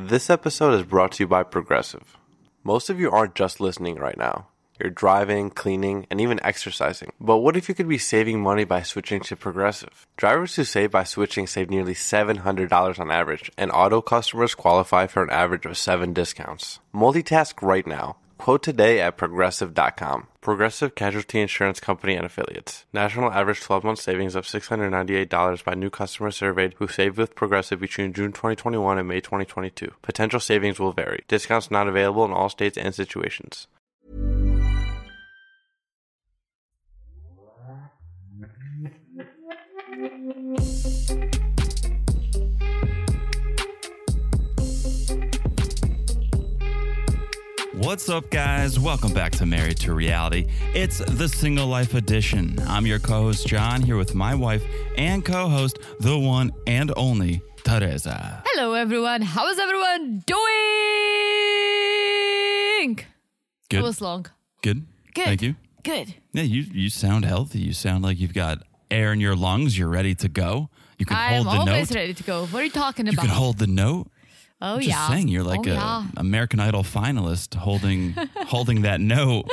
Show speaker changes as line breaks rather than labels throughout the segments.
This episode is brought to you by Progressive. Most of you aren't just listening right now. You're driving, cleaning, and even exercising. But what if you could be saving money by switching to Progressive? Drivers who save by switching save nearly $700 on average, and auto customers qualify for an average of 7 discounts. Multitask right now. Quote today at progressive.com. Progressive Casualty Insurance Company and Affiliates. National average 12 month savings of $698 by new customers surveyed who saved with Progressive between June 2021 and May 2022. Potential savings will vary. Discounts not available in all states and situations.
What's up, guys? Welcome back to Married to Reality. It's the Single Life Edition. I'm your co host, John, here with my wife and co host, the one and only Teresa.
Hello, everyone. How is everyone doing?
Good.
That was long.
Good.
Good.
Thank you.
Good.
Yeah, you, you sound healthy. You sound like you've got air in your lungs. You're ready to go. You can
I am
hold the
always
note.
ready to go. What are you talking
You
about?
can hold the note.
oh,
Just
yeah.
saying, you're like
oh,
a
yeah.
American Idol finalist holding holding that note,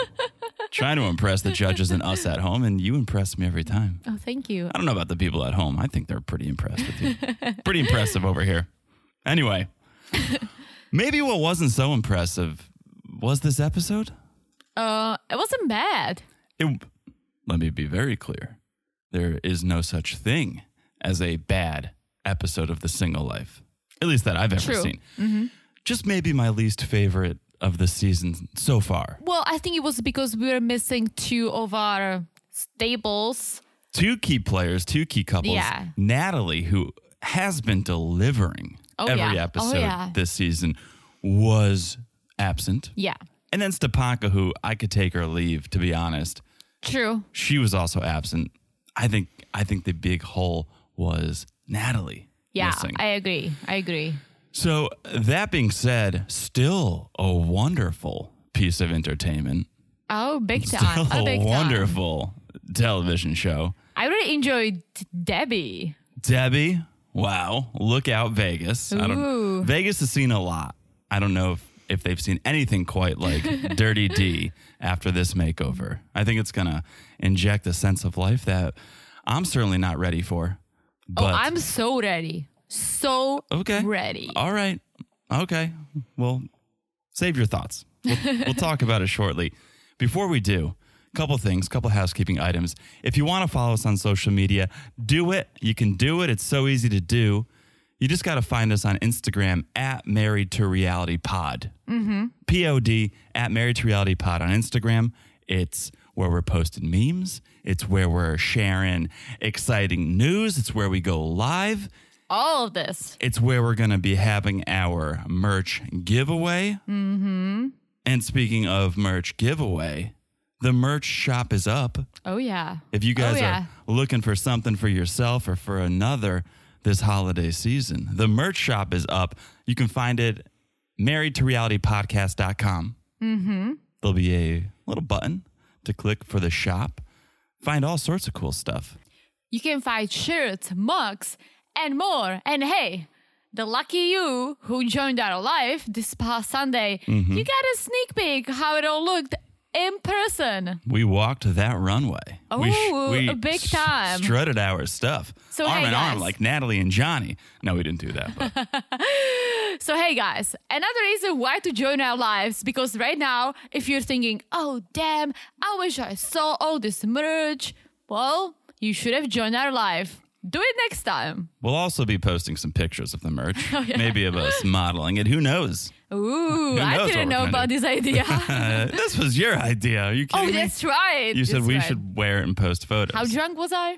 trying to impress the judges and us at home, and you impress me every time.
Oh, thank you.
I don't know about the people at home. I think they're pretty impressed with you. pretty impressive over here. Anyway, maybe what wasn't so impressive was this episode.
Uh, it wasn't bad.
It, let me be very clear. There is no such thing as a bad episode of The Single Life, at least that I've ever
True.
seen. Just maybe my least favorite of the season so far.
Well, I think it was because we were missing two of our stables.
Two key players, two key couples.
Yeah.
Natalie, who has been delivering
Oh,
every
yeah. Oh,
episode
yeah.
this season, was absent.
Yeah.
And then Stepaka, who I could take or leave, to be honest.
True.
she was also absent. I think I think the big hole was Natalie.
Yeah,
missing.
I agree. I agree.
so that being said, still a wonderful piece of entertainment.
Oh, big time.
Still
oh,
a
big time.
wonderful television show.
I really enjoyed Debbie.
Debbie, wow, look out Vegas. I don't
Ooh.
Vegas has seen a lot. I don't know if, if they've seen anything quite like Dirty D after this makeover. I think it's gonna inject a sense of life that I'm certainly not ready for. But
oh, I'm so ready. So
Okay.
ready.
All right. Okay. Well, save your thoughts. We'll, we'll talk about it shortly. Before we do, a couple things, couple housekeeping items. If you want to follow us on social media, do it. You can do it. It's so easy to do. You just got to find us on Instagram at Married to Reality Pod. POD at Married to Reality Pod on Instagram. It's where we're posting memes. It's where we're sharing exciting news. It's where we go live.
All of this.
It's where we're going to be having our merch giveaway. Mm-hmm. And speaking of merch giveaway, the merch shop is up.
Oh, yeah.
If you guys
oh, yeah.
are looking for something for yourself or for another this holiday season, the merch shop is up. You can find it married to reality podcast.com. Mm-hmm. There'll be a little button to click for the shop. Find all sorts of cool stuff.
You can find shirts, mugs, and more. And hey, the lucky you who joined our live this past Sunday,
Mm-hmm.
you got a sneak peek how it all looked in person.
We walked that runway. we
Ooh, a big
s-
time.
Strutted our stuff.
So,
arm
hey,
in arm
guys.
like Natalie and Johnny. No, we didn't do that. But
So hey guys, another reason why to join our lives because right now, if you're thinking, "Oh damn, I wish I saw all this merch," well, you should have joined our live. Do it next time.
we'll also be posting some pictures of the merch.
Oh,
Maybe of us modeling it. Who knows?
Ooh,
knows
I
what
didn't
we're
know
gonna
about
do?
this idea.
Uh, this was your idea. Are you kidding
oh,
me?
that's right.
You said
that's
we
right.
should wear it and post photos.
How drunk was I?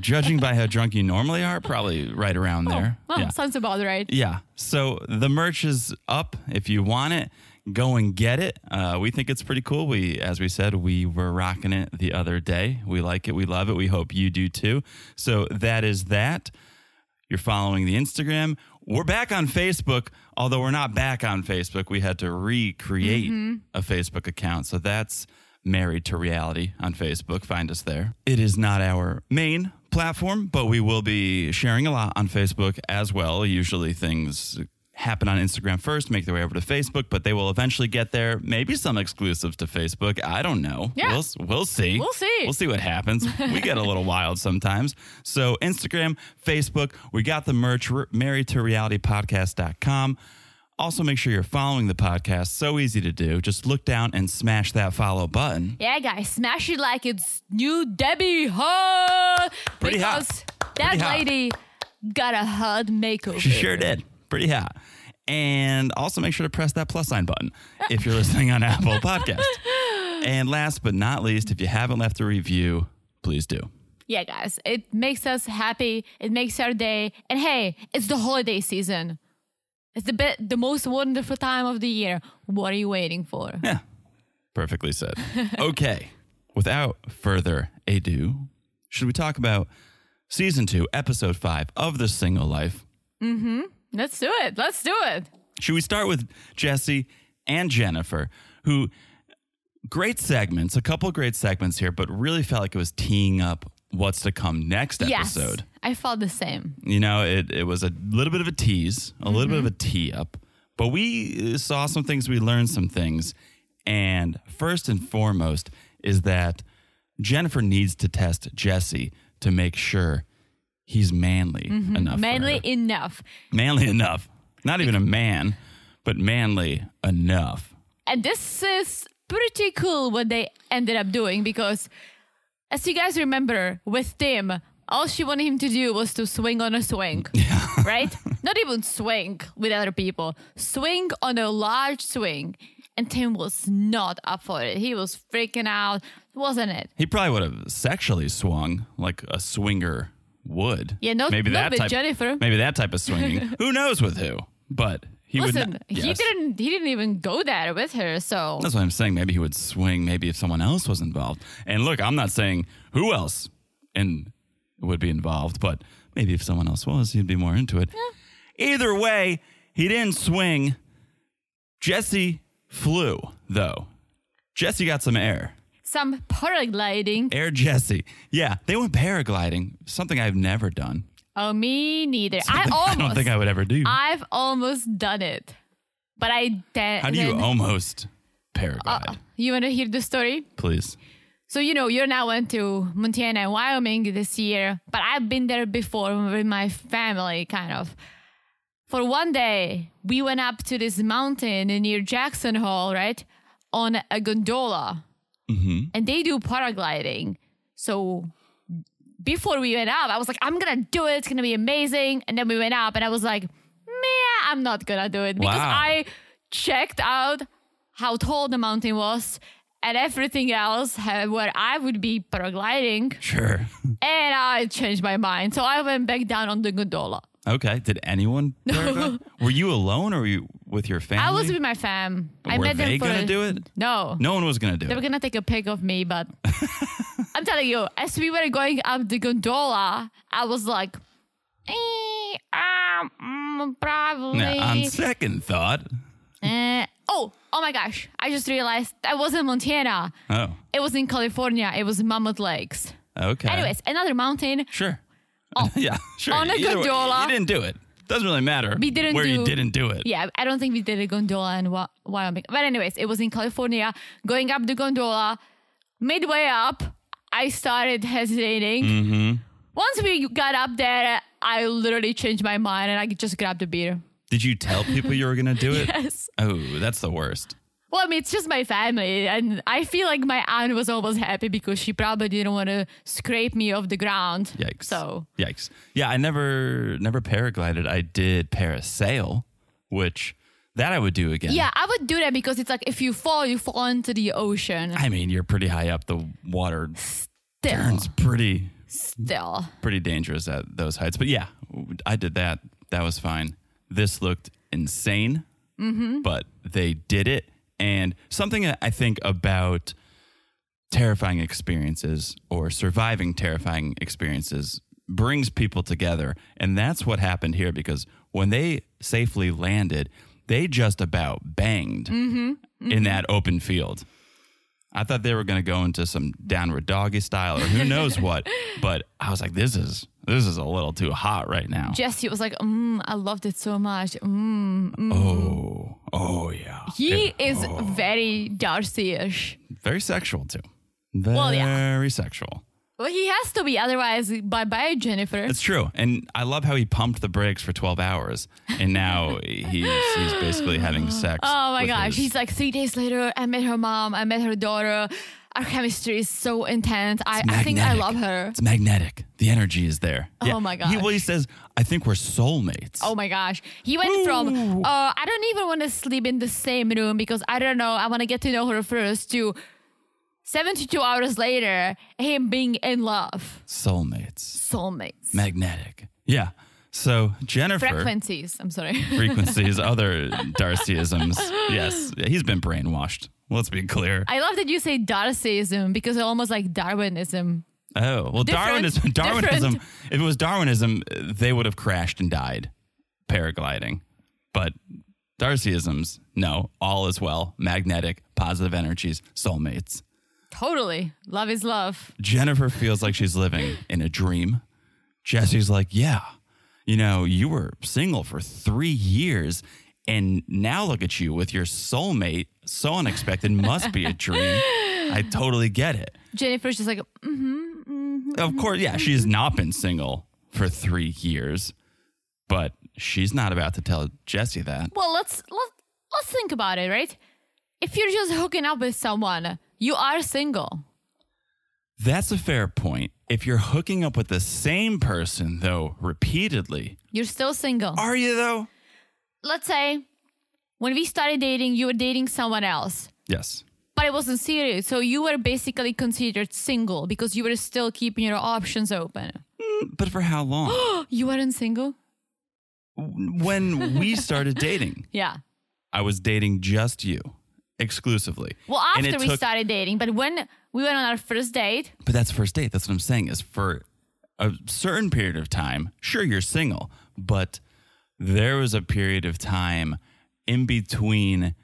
Judging by how drunk you normally are, probably right around there.
Oh,
yeah.
sounds about right.
Yeah. So the merch is up. If you want it, go and get it. Uh, we think it's pretty cool. We, as we said, we were rocking it the other day. We like it. We love it. We hope you do too. So that is that. You're following the Instagram. We're back on Facebook, although we're not back on Facebook. We had to recreate a Facebook account. So that's Married to Reality on Facebook. Find us there. It is not our main platform, but we will be sharing a lot on Facebook as well. Usually things happen on Instagram first, make their way over to Facebook, but they will eventually get there. Maybe some exclusives to Facebook. I don't know.
Yeah.
We'll, s- we'll see.
We'll see.
We'll see what happens. we get a little wild sometimes. So, Instagram, Facebook, we got the merch, re- married to reality podcast.com. Also, make sure you're following the podcast. So easy to do. Just look down and smash that follow button.
Yeah, guys, smash it like it's new Debbie Hot
Pretty hot.
because that
Pretty hot.
lady got a hot makeover.
She sure did. Pretty hot. And also make sure to press that plus sign button if you're listening on Apple Podcast. And last but not least, if you haven't left a review, please do.
Yeah, guys, it makes us happy. It makes our day. And hey, it's the holiday season. It's the be- the most wonderful time of the year. What are you waiting for?
Yeah. Perfectly said. okay. Without further ado, should we talk about season two, episode five of The Single Life?
Let's do it. Let's do it.
Should we start with Jesse and Jennifer, who great segments, a couple great segments here, but really felt like it was teeing up what's to come next episode.
Yes, I felt the same.
You know, it, it was a little bit of a tease, a little bit
Mm-hmm.
of a tee up, but we uh, saw some things, we learned some things. And first and foremost is that Jennifer needs to test Jesse to make sure he's manly enough. for
Mm-hmm. Manly
her
enough.
manly enough. Not even a man, but manly enough.
And this is pretty cool what they ended up doing because, as you guys remember, with Tim, all she wanted him to do was to swing on a swing, right? Not even swing with other people, swing on a large swing. And Tim was not up for it. He was freaking out, wasn't it?
He probably would have sexually swung like a swinger would.
Yeah, no- not with Jennifer.
Maybe that type of swinging. who knows with who? But he would.
Listen,
Not,
he
Yes.
didn't. He didn't even go there with her. So
That's what I'm saying. Maybe he would swing. Maybe if someone else was involved. And look, I'm not saying who else and would be involved, but maybe if someone else was, he'd be more into it. Either way, he didn't swing. Jesse flew though. Jesse got some air.
some paragliding.
Air Jesse. Yeah, they went paragliding. Something I've never done.
Oh, me neither. I
I
almost.
don't think I would ever do.
I've almost done it, but I did.
How do you almost paraglide?
You want to hear the story?
Please.
So you know you're now went to Montana and Wyoming this year, but I've been there before with my family, kind of. For one day, we went up to this mountain near Jackson Hole, right, on a gondola, and they do paragliding. So before we went up, I was like, I'm gonna do it. It's gonna be amazing. And then we went up, and I was like, Meh, I'm not gonna do it because
Wow.
I checked out how tall the mountain was and everything else uh, where I would be paragliding,
Sure.
and I changed my mind. So I went back down on the gondola.
Okay. Did anyone? paraglide? were you alone or were you with your family?
I was with my fam. I
Were
met
they
them for
gonna
a-
do it?
No.
No one was gonna do
They were
it.
gonna take a pic of me, but I'm telling you, as we were going up the gondola, I was like, eh, um, mm, probably.
Now, on second thought,
eh. Oh, oh my gosh! I just realized that wasn't Montana.
oh,
It was in California. It was Mammoth Lakes.
okay.
Anyways, another mountain.
sure. yeah, sure.
Oh. On a
Either way,
gondola.
you didn't do it. Doesn't really matter.
We didn't
where you
do-
didn't do it.
Yeah, I don't think we did a gondola in Wa- Wyoming. But anyways, it was in California. Going up the gondola, midway up, I started hesitating.
Mm-hmm.
Once we got up there, I literally changed my mind and I just grabbed a beer.
Did you tell people you were gonna do it?
Yes.
Oh, that's the worst.
Well, I mean, it's just my family, and I feel like my aunt was almost happy because she probably didn't want to scrape me off the ground.
Yikes.
So
yikes. Yeah, I never never paraglided. I did parasail, which that I would do again.
yeah, I would do that because it's like if you fall, you fall into the ocean.
I mean, you're pretty high up. The water
Still,
turns pretty
still.
pretty dangerous at those heights. But yeah, I did that. That was fine. This looked insane, but they did it. And something that I think about terrifying experiences or surviving terrifying experiences brings people together. And that's what happened here because when they safely landed, they just about banged in that open field. I thought they were going to go into some downward doggy style or who knows what, but I was like, this is this is a little too hot right now.
Jesse was like, mm, I loved it so much. Mm, mm.
oh, oh yeah,
He
Yeah.
is very Darcy-ish.
very sexual too. Very
Well, yeah.
sexual.
Well, he has to be, otherwise, bye bye, Jennifer.
It's true, and I love how he pumped the brakes for twelve hours, and now he's he's basically having sex.
Oh my
with
gosh.
his-
He's like, three days later, I met her mom, I met her daughter. Our chemistry is so intense. I, I think I
magnetic.
love her.
It's magnetic. The energy is there.
Oh my
He, well, he
gosh.
says, I think we're soulmates.
Oh my gosh. He went from, uh, I don't even want to sleep in the same room because I don't know, I want to get to know her first, to 72 hours later, him being in love.
Soulmates.
Soulmates.
Magnetic. Yeah. So Jennifer.
Frequencies. I'm sorry.
frequencies, other Darcyisms. Yes, he's been brainwashed. Let's be clear.
I love that you say Darcyism because it's almost like Darwinism.
Oh well, Darwinism.
Different-
Darwinism.
different.
If it was Darwinism, they would have crashed and died paragliding. But Darcyisms, no, all is well. Magnetic, positive energies, soulmates.
Totally. Love is love.
Jennifer feels like she's living in a dream. Jesse's like, yeah, you know, you were single for three years. And now look at you with your soulmate. So unexpected. Must be a dream. I totally get it.
Jennifer's just like, mm,
Of course, yeah, she's not been single for three years, but she's not about to tell Jesse that.
well, let's, let's let's think about it, right? If you're just hooking up with someone, you are single.
That's a fair point. If you're hooking up with the same person, though, repeatedly,
You're still single.
are you, though?
Let's say when we started dating, you were dating someone else,
Yes.
but it wasn't serious. So you were basically considered single because you were still keeping your options open.
But for how long?
You weren't single?
when we started dating,
Yeah.
I was dating just you exclusively.
Well,
And
after
it
we
took-
started dating, but when we went on our first date,
But that's first date. That's what I'm saying is for a certain period of time, sure, you're single, but there was a period of time in between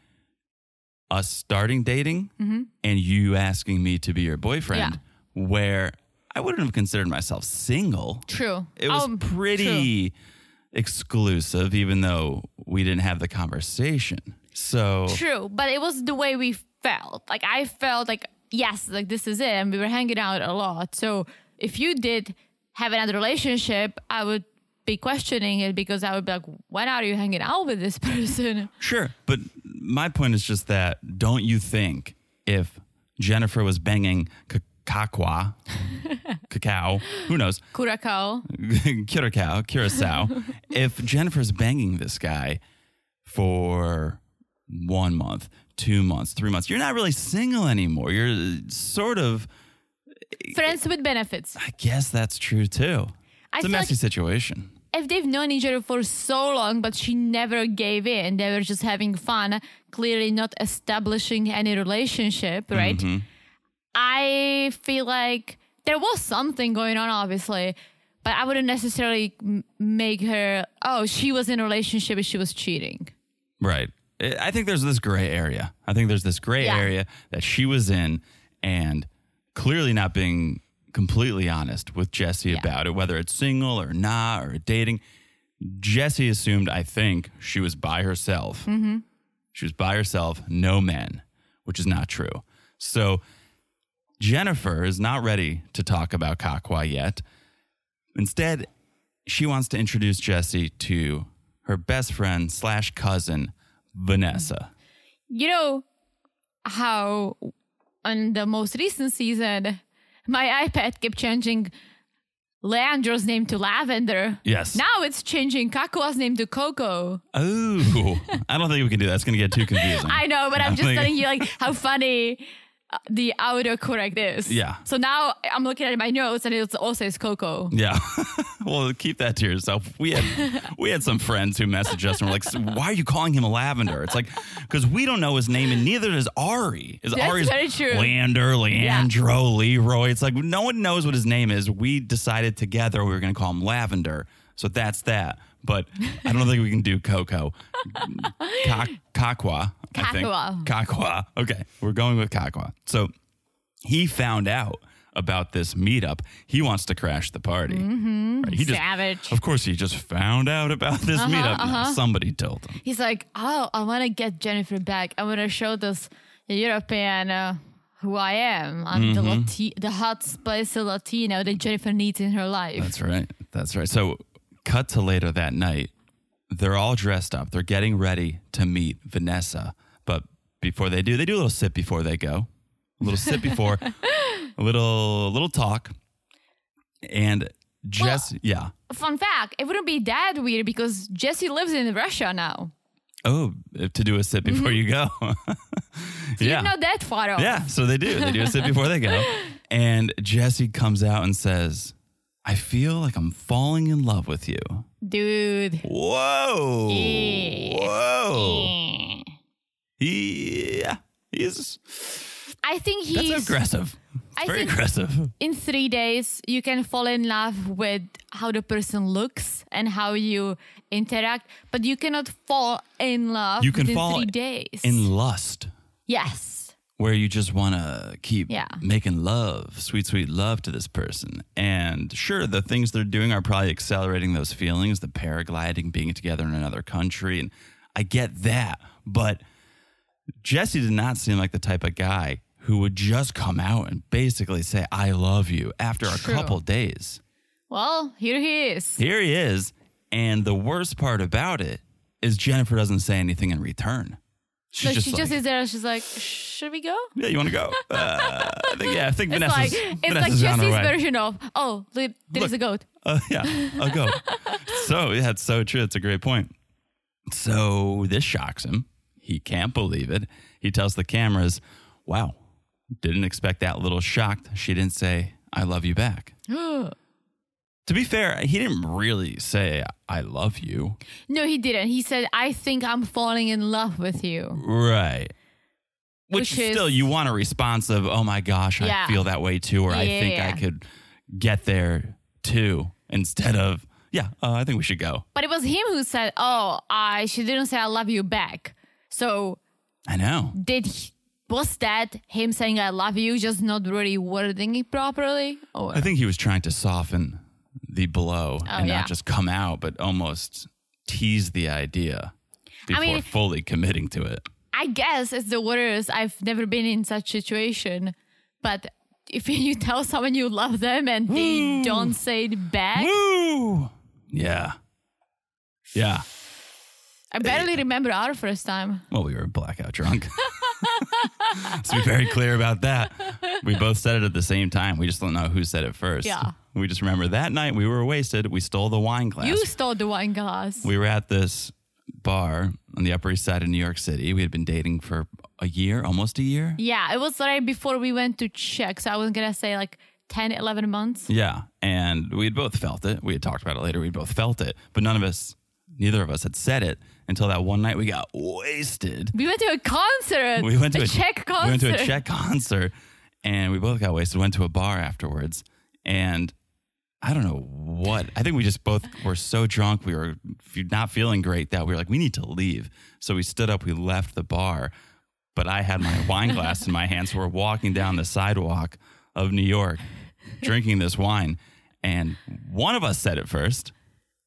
us starting dating
Mm-hmm.
and you asking me to be your boyfriend where I wouldn't have considered myself single.
true.
It was
Um, true.
pretty exclusive, even though we didn't have the conversation. So,
True, but it was the way we felt. Like I felt like yes, like this is it, and we were hanging out a lot. So if you did have another relationship, I would be questioning it because I would be like, when are you hanging out with this person?
Sure. But my point is just that don't you think if Jennifer was banging c- Kakwa, cacao, who knows,
Curacao.
Curacao, Curacao, if Jennifer's banging this guy for one month, two months, three months, you're not really single anymore. You're uh, sort of,
Friends with benefits.
I guess that's true too.
I
It's a
feel
messy
like
situation.
if they've known each other for so long, but she never gave in, they were just having fun, clearly not establishing any relationship, right? I feel like there was something going on, obviously, but I wouldn't necessarily m- make her, oh, she was in a relationship and she was cheating.
Right. I I think there's this gray area. I think there's this gray
Yeah.
area that she was in and clearly not being completely honest with Jesse about it, whether it's single or not or dating. Jesse assumed, I think, she was by herself. She was by herself, no men, which is not true. So Jennifer is not ready to talk about Kakwa yet. Instead, she wants to introduce Jesse to her best friend slash cousin, Vanessa.
You know how on the most recent season, my iPad kept changing Leandro's name to Lavender.
Yes.
Now it's changing Kakua's name to Coco.
oh, I don't think we can do that. It's going to get too confusing.
I know, but I'm just
like-
telling you like how funny uh, the autocorrect is.
Yeah.
So now I'm looking at my notes and it also says Coco.
Yeah. well, keep that to yourself. We had we had some friends who messaged us and were like, "So "Why are you calling him Lavender?" It's like because we don't know his name, and neither does Ari. Is
That's
Ari's
very true.
Leander, Leandro, Leroy? It's like no one knows what his name is. We decided together we were going to call him Lavender, so that's that. But I don't think we can do Coco, Ka- Kakwa, I think.
Kakwa.
Kakwa. Okay, we're going with Kakwa. So he found out about this meetup. He wants to crash the party. Mm-hmm. He just-
Savage. Uh-huh,
of course, he just found out about this meetup. Now, somebody told him.
He's like, oh, I want to get Jennifer back. I want to show this European uh, who I am. I'm the
Mm-hmm.
Lati- the hot spicy Latino that Jennifer needs in her life.
That's right. That's right. So, cut to later that night. They're all dressed up. They're getting ready to meet Vanessa. But before they do, they do a little sip before they go. A little sip before, a little little talk. And Jess, yeah.
Fun fact: It wouldn't be that weird because Jesse lives in Russia now.
Oh, to do a sip before you go. yeah.
Mm-hmm. You're not that far off.
Yeah, so they do. They do a sit before they go. And Jesse comes out and says, I feel like I'm falling in love with you.
dude.
Whoa.
Yeah.
Whoa.
I
Yeah. He's
think
that's
he's
aggressive. It's
I
very
think-
aggressive.
in three days you can fall in love with how the person looks and how you interact, but you cannot fall in love.
You can
within
fall
three days.
In lust,
yes,
where you just want to keep
Yeah.
making love, sweet, sweet love to this person. And sure, the things they're doing are probably accelerating those feelings, the paragliding, being together in another country. And I get that. But Jesse did not seem like the type of guy who would just come out and basically say, I love you after a
True.
couple days.
Well, here he is.
Here he is. And the worst part about it is Jennifer doesn't say anything in return. She's
So
just
she
like,
just is there. and She's like, "Should we go?"
yeah, you want to go? Uh, I think, yeah, I think
It's
Vanessa's,
like it's
Vanessa's
like
on her
Jesse's
way.
version of, "Oh, look,
Look.
there's a goat."
Uh, yeah, I'll go. so, yeah, it's so true. It's a great point. So, this shocks him. He can't believe it. He tells the cameras, wow, didn't expect that little shocked. She didn't say, I love you back. To be fair, he didn't really say, I love you.
No, he didn't. He said, "I think I'm falling in love with you."
Right. Which,
Which is-
still, you want a response of, oh my gosh,
Yeah.
I feel that way too, or I
Yeah,
think
yeah,
I
yeah.
could get there too, instead of, yeah, uh, I think we should go.
But it was him who said, "Oh, I she didn't say I love you back." So
I know.
did he, was that him saying I love you, just not really wording it properly? Or
I think he was trying to soften the blow and
Oh, yeah.
not just come out, but almost tease the idea before
mean-
fully committing to it.
I guess it's the worst. I've never been in such situation, but. If you tell someone you love them and they
Hmm.
don't say it back,
Woo! Yeah. Yeah.
I barely
Hmm.
remember our first time.
Well, we were blackout drunk. Let's be very clear about that. We both said it at the same time. We just don't know who said it first.
Yeah.
We just remember that night we were wasted. We stole the wine glass.
You stole the wine glass.
we were at this bar on the Upper East Side of New York City. We had been dating for a year, almost a year.
yeah, it was right before we went to check. So I was going to say like 10, 11 months.
Yeah. And we had both felt it. We had talked about it later. We both felt it, but none of us, neither of us had said it until that one night we got wasted.
We went to a concert.
We went to
a, Czech concert.
We went to a Czech concert and we both got wasted. Went to a bar afterwards. And I don't know what. I think we just both were so drunk. We were f- not feeling great that we were like, we need to leave. So we stood up, we left the bar. But I had my wine glass in my hand. So we're walking down the sidewalk of New York drinking this wine. And one of us said it first.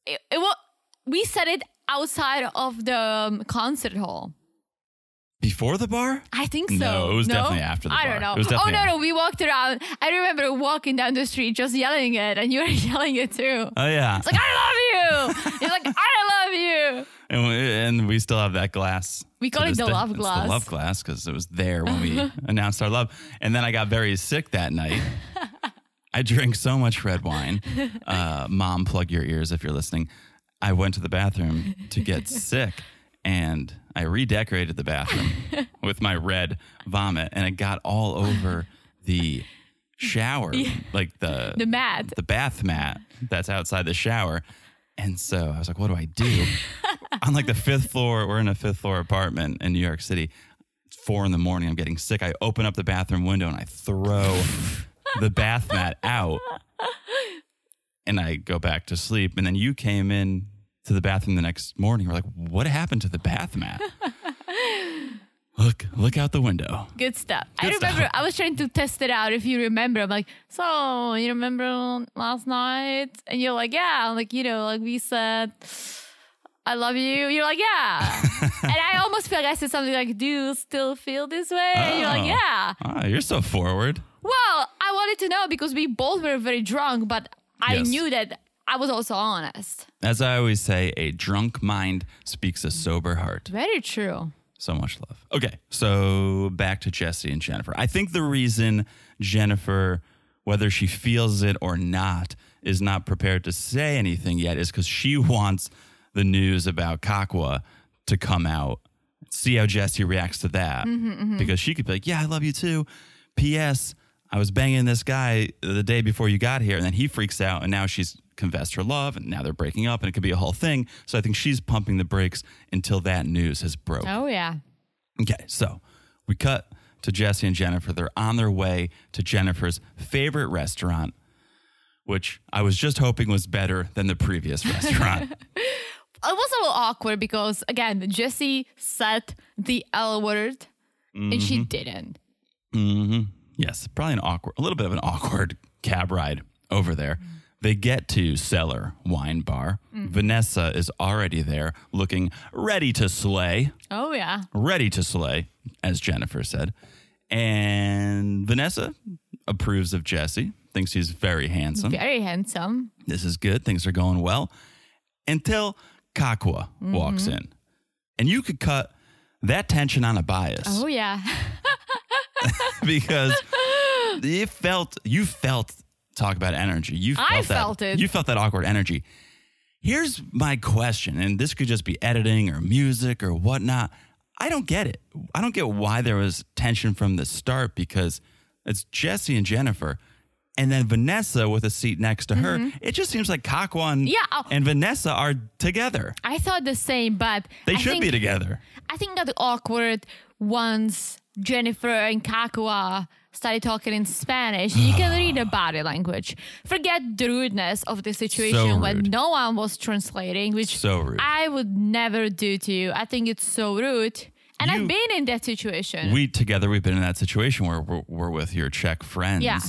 it, it wa- we said it outside of the um, concert hall.
Before the bar?
I think so.
No, it was definitely after the
I
bar.
don't know.
It was
oh
definitely
no, no, we walked around. I remember walking down the street just yelling it, and you were yelling it too.
Oh, yeah.
It's like I love you. You're like I love you.
And we, and we still have that glass.
We
to
call it
this
the love
It's
glass.
the love glass because it was there when we announced our love. And then I got very sick that night. I drank so much red wine. Uh, Mom, plug your ears if you're listening. I went to the bathroom to get sick and I redecorated the bathroom with my red vomit and it got all over the shower, like the,
The mat.
the bath mat that's outside the shower. And so I was like, what do I do? on like the fifth floor. We're in a fifth floor apartment in New York City. It's four in the morning. I'm getting sick. I open up the bathroom window and I throw the bath mat out. And I go back to sleep. And then you came in to the bathroom the next morning. We're like, what happened to the bath mat? Look out the window.
Good stuff. I
Good stuff.
remember I was trying to test it out if you remember. I'm like, so you remember last night? And you're like, yeah. I'm like, you know, like we said, I love you. You're like, yeah. and I almost feel like I said something like, do you still feel this way? And you're
Oh.
like, yeah.
Ah, you're so forward.
Well, I wanted to know because we both were very drunk, but I
Yes.
knew that I was also honest.
As I always say, a drunk mind speaks a sober heart.
Very true.
So much love. Okay, so back to Jesse and Jennifer. I think the reason Jennifer, whether she feels it or not, is not prepared to say anything yet is because she wants the news about Kakwa to come out. See how Jesse reacts to that. Because she could be like, Yeah, I love you too. P.S. I was banging this guy the day before you got here, and then he freaks out, and now she's confessed her love, and now they're breaking up, and it could be a whole thing. So I think she's pumping the brakes until that news has broke.
Oh, yeah.
Okay, so we cut to Jesse and Jennifer. They're on their way to Jennifer's favorite restaurant, which I was just hoping was better than the previous restaurant.
it was a little awkward because again, Jesse said the L word and
Mm-hmm.
she didn't.
yes, probably an awkward, a little bit of an awkward cab ride over there. They get to Cellar Wine Bar. Vanessa is already there, looking ready to slay.
Oh yeah.
ready to slay, as Jennifer said. And Vanessa approves of Jesse, thinks he's very handsome.
Very handsome.
This is good. Things are going well. Until Kakwa walks in. And you could cut that tension on a bias
Oh yeah.
because it felt, you felt, talk about energy. You felt
I
that,
felt it.
You felt that awkward energy. Here's my question, and this could just be editing or music or whatnot. I don't get it. I don't get why there was tension from the start because it's Jesse and Jennifer, and then Vanessa with a seat next to her. It just seems like Kakwan
Mm-hmm. Yeah, I'll-
and Vanessa are together.
I thought the same, but
They
I
should
think,
be together.
I think that awkward once Jennifer and Kakua started talking in Spanish. You can read the body language. Forget the rudeness of the situation when
rude.
no one was translating, which
So rude.
I would never do to you. I think it's so rude. And
You-
I've been in that situation.
we together we've been in that situation where we're, we're with your Czech friends.
Yeah.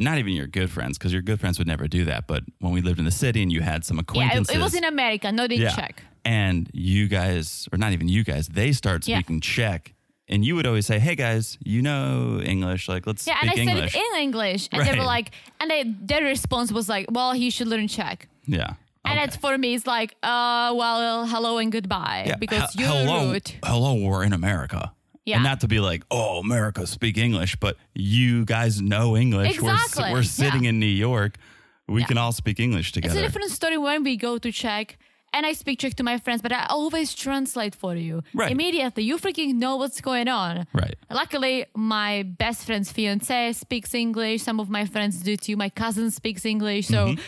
Not even your good friends, because your good friends would never do that. But when we lived in the city and you had some
yeah,
acquaintances,
it, it was in America, not in
Yeah.
Czech.
And you guys, or not even you guys, they start
Yeah.
speaking Czech, and you would always say, "Hey guys, you know English? Like, let's
Yeah, and I
speak
said
English."
it in English, and they
Right.
were like, and they, their response was like, "Well, he should learn Czech."
yeah.
And
Okay.
it's for me, it's like, "Uh, well, hello and goodbye,"
Yeah,
because
he-
you're
hello,
rude.
hello, we're in America.
Yeah.
And not to be like, oh, America speak English, but you guys know English. We're,
Exactly.
we're sitting
Yeah.
in New York. We can all speak English
It's a
together.
different story when we go to Czech, and I speak Czech to my friends, but I always translate for you
Right.
immediately. You freaking know what's going on.
Right.
Luckily, my best friend's fiance speaks English. Some of my friends do too. My cousin speaks English. So
Mm-hmm.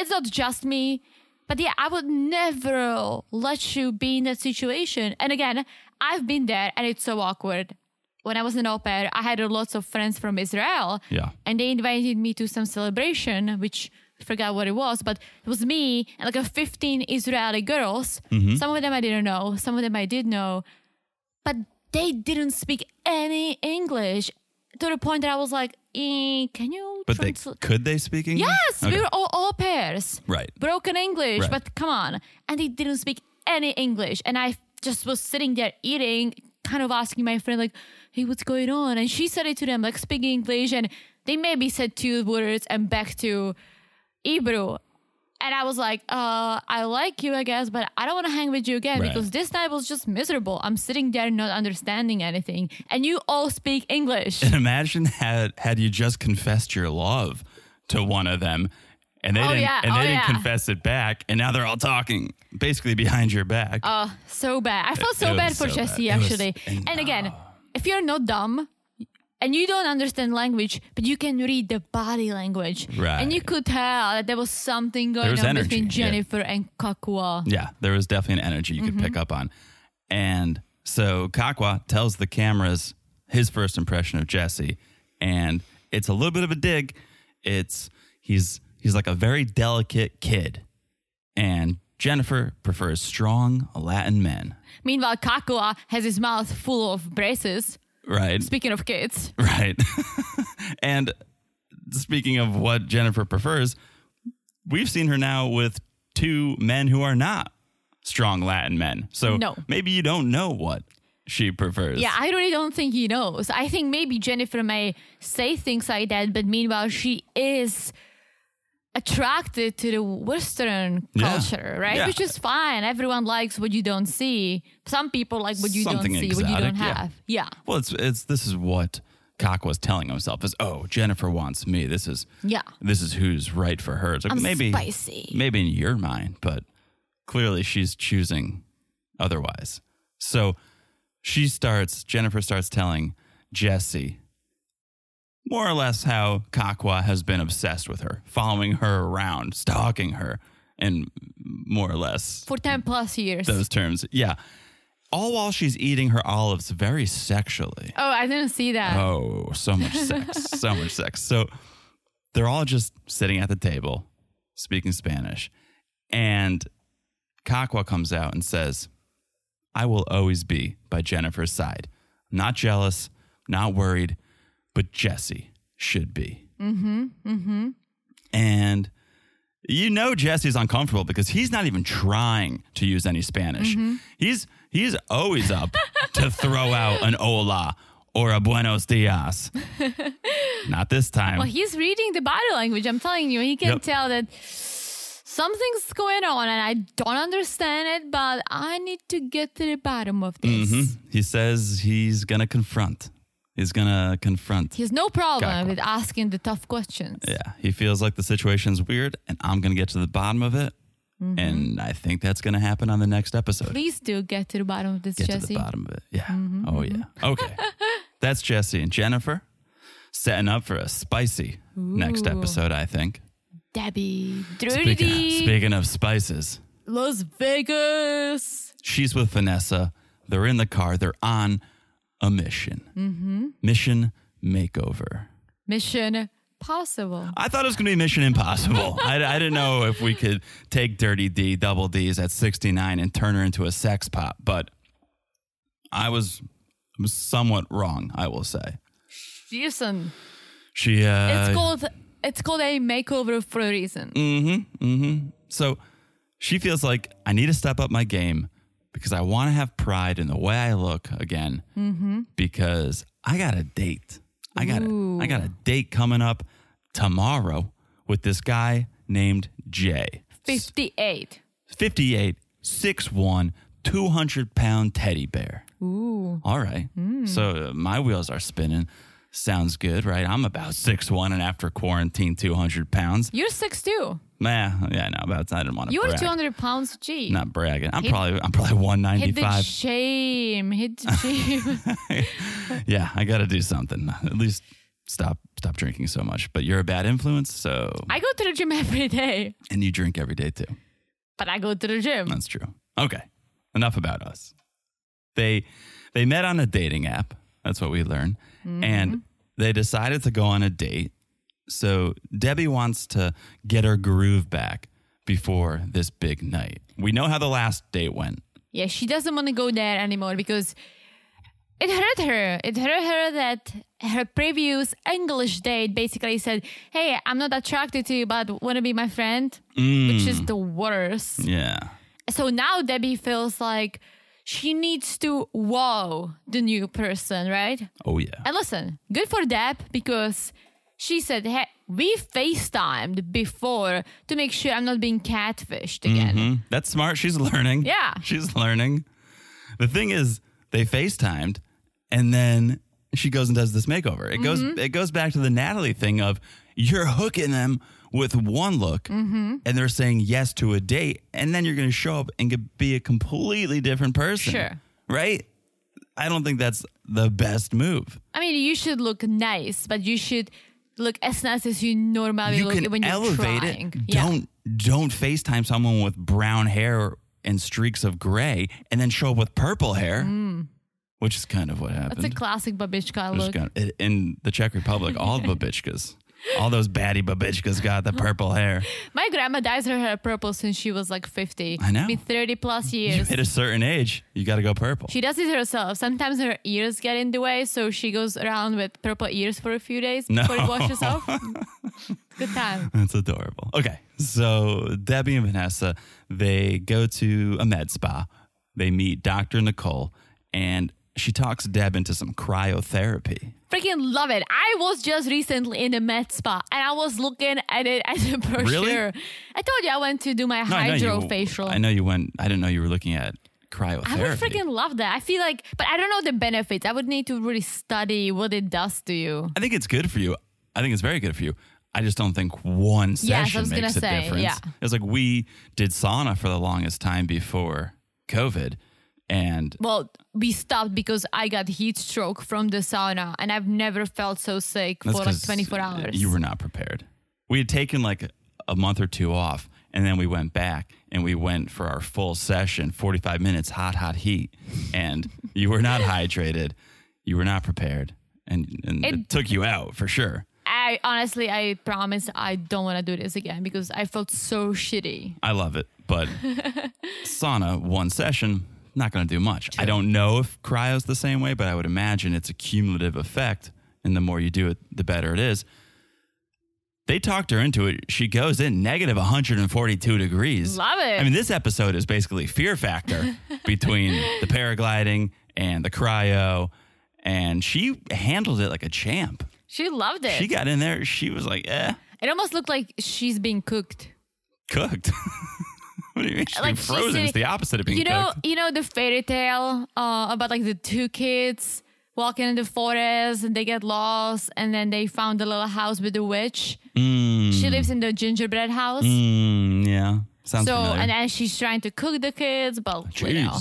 it's not just me. But yeah, I would never let you be in that situation. And again, I've been there and it's so awkward. When I was in au pair, I had lots of friends from Israel.
Yeah.
And they invited me to some celebration, which I forgot what it was, but it was me and like a 15 Israeli girls.
Mm-hmm.
Some of them I didn't know, some of them I did know but they didn't speak any English to the point that I was like, eh, can you
But they
transl-
could they speak English?
Yes,
Okay.
we were all all pairs.
Right.
Broken English,
Right.
but come on. And they didn't speak any English. And I just was sitting there eating, kind of asking my friend, like, hey, what's going on? And she said it to them, like, speaking English. And they maybe said two words and back to Hebrew. And I was like, uh, I like you, I guess, but I don't want to hang with you again
Right.
because this night was just miserable. I'm sitting there not understanding anything. And you all speak English.
And imagine had had you just confessed your love to one of them, and they
Oh,
didn't,
yeah.
and they
Oh,
didn't
yeah.
confess it back, and now they're all talking basically behind your back.
Oh, so bad. I felt
It-
so
it
bad
was
for
so
Jesse,
bad. It was-
actually.
and-
and again, if you're not dumb and you don't understand language, but you can read the body language, and you
Right.
could tell that there was something going
was
on
energy,
between
yeah.
Jennifer and Kakua.
Yeah, there was definitely an energy you could pick up on. And so Kakwa tells the cameras his first impression of Jesse, and it's a little bit of a dig. It's he's he's like a very delicate kid, and Jennifer prefers strong Latin men.
Meanwhile, Kakua has his mouth full of braces.
Right.
Speaking of kids,
Right. and speaking of what Jennifer prefers, we've seen her now with two men who are not strong Latin men. So
No.
maybe you don't know what she prefers.
yeah, I really don't think he knows. I think maybe Jennifer may say things like that, but meanwhile, she is attracted to the Western
Yeah.
culture, right?
Yeah.
Which is fine. Everyone likes what you don't see. Some people like what you
Something
don't see, what you
exotic,
don't
yeah.
have. Yeah.
Well, it's it's this is what Cock was telling himself is oh Jennifer wants me. This is
Yeah.
This is who's right for her. It's like
I'm
maybe
spicy.
maybe in your mind, but clearly she's choosing otherwise. So she starts. Jennifer starts telling Jesse more or less how Kakwa has been obsessed with her, following her around, stalking her, and more or less
For 10 plus years.
those terms. Yeah. All while she's eating her olives very sexually.
oh, I didn't see that.
Oh, so much sex. so much sex. So they're all just sitting at the table speaking Spanish. And Kakwa comes out and says, I will always be by Jennifer's side. Not jealous, not worried, but Jesse should be. Mm hmm. Mm hmm. And you know Jesse's uncomfortable because he's not even trying to use any Spanish. He's he's always up to throw out an hola or a buenos dias. not this time.
Well, he's reading the body language. I'm telling you, he can
Yep.
tell that something's going on, and I don't understand it. But I need to get to the bottom of this.
He says he's gonna confront. He's gonna confront.
He has no problem
Gotcha.
with asking the tough questions.
yeah, he feels like the situation's weird, and I'm gonna get to the bottom of it. And I think that's gonna happen on the next episode.
Mm-hmm. Please do get to the bottom of this,
get to
Jesse. Mm-hmm,
the bottom of it. Yeah. Oh yeah. Okay. that's Jesse and Jennifer setting up for a spicy next episode. I think.
Debbie,
Speaking of,
Trudy,
speaking of spices.
Las Vegas.
She's with Vanessa. They're in the car. They're on a mission. Mm-hmm. Mission makeover.
Mission possible.
I thought it was going to be Mission Impossible. I, I didn't know if we could take Dirty D, Double D's at 69 and turn her into a sex pop, but I was was somewhat wrong, I will say.
Listen,
She uh, Mm.
it's called it's called a makeover for a reason.
So she feels like I need to step up my game because I want to have pride in the way I look again. Because I got a date. I got a, I got a date coming up tomorrow with this guy named Jay.
Fifty-eight.
58, 6'1, 200 pound teddy bear. Ooh. All right.
Mm.
So uh, my wheels are spinning. Sounds good, right? I'm about 6'1 and after quarantine, 200 pounds.
You're six two.
Nah, yeah, no, about, I didn't want to
You are
brag
two hundred pounds. G.
not bragging. I'm probably I'm probably 195.
Hit the shame. Hit the shame.
yeah, I got to do something. At least stop stop drinking so much. But you're a bad influence, so
I go to the gym every day,
and you drink every day too.
but I go to the gym.
That's true. Okay. Enough about us. They they met on a dating app. That's what we learned. And they decided to go on a date. So Debbie wants to get her groove back before this big night. We know how the last date went.
Yeah, she doesn't want to go there anymore because it hurt her. It hurt her that her previous English date basically said, Hey, I'm not attracted to you, but want to be my friend? Which is the worst.
Yeah.
So now Debbie feels like she needs to wow the new person, right?
Oh yeah.
And listen, good for Deb because she said, hey, we FaceTimed before to make sure I'm not being catfished again.
That's smart. She's learning.
Mm-hmm. Yeah.
She's learning. The thing is, they FaceTimed and then she goes and does this makeover. It goes
Mm-hmm.
it goes back to the Natalie thing of you're hooking them with one look
Mm-hmm.
and they're saying yes to a date and then you're going to show up and get, be a completely different person.
Sure.
Right? I don't think that's the best move.
I mean, you should look nice, but you should look as nice as you normally
you
look
can
when you're
elevate
trying.
it.
Yeah.
Don't don't FaceTime someone with brown hair and streaks of gray and then show up with purple hair, which is kind of what
Mm. That's a
happened.
classic babichka
Which is
look.
kind of- in the Czech Republic, all the babichkas. All those baddie babichkas got the purple hair.
My grandma dyes her hair purple since she was like 50.
I know.
Be 30 plus
You
years.
hit a certain age, you got to go purple.
She does it herself. Sometimes her ears get in the way, so she goes around with purple ears for a few days
No.
before it washes off. Good time.
That's adorable. Okay. So Debbie and Vanessa, they go to a med spa. They meet Dr. Nicole and she talks Deb into some cryotherapy.
Freaking love it. I was just recently in a med spa and I was looking at it as a brochure.
Really?
I told you I went to do my
No, I know you-
hydrofacial.
I know you went, I didn't know you were looking at cryotherapy.
I would freaking love that. I feel like, but I don't know the benefits. I would need to really study what it does to you.
I think it's good for you. I think it's very good for you. I just don't think one session
Yes, I was gonna
makes a
say,
difference.
yeah.
It's like we did sauna for the longest time before COVID, and
Well, we stopped because I got heat stroke from the sauna and I've never felt so sick
that's
for like
'cause
24 hours.
You were not prepared. We had taken like a month or two off, and then we went back and we went for our full session, forty-five minutes, hot, hot heat, and you were not hydrated. You were not prepared, and, and it,
It-
took you out for sure.
I honestly, I promise I don't want to do this again because I felt so shitty.
I love it, but sauna one session not going to do much. I don't know if cryo's the same way, but I would imagine it's a cumulative effect, and the more you do it, the better it is. They talked her into it. She goes in negative 142 degrees.
Love it.
I mean, this episode is basically fear factor between the paragliding and the cryo, and she handled it like a champ.
She loved it.
She got in there. She was like, "Eh,
it almost looked like she's being cooked.
cooked." what do you mean? She's
Like,
like
she's
frozen.
sitting-
it's the opposite of being
you know,
cooked.
you know the fairy tale uh, about like the two kids walking in the forest and they get lost and then they found the little house with the witch. She lives in the gingerbread house.
Mm, yeah. Sounds
so
familiar.
and then she's trying to cook the kids, but you know.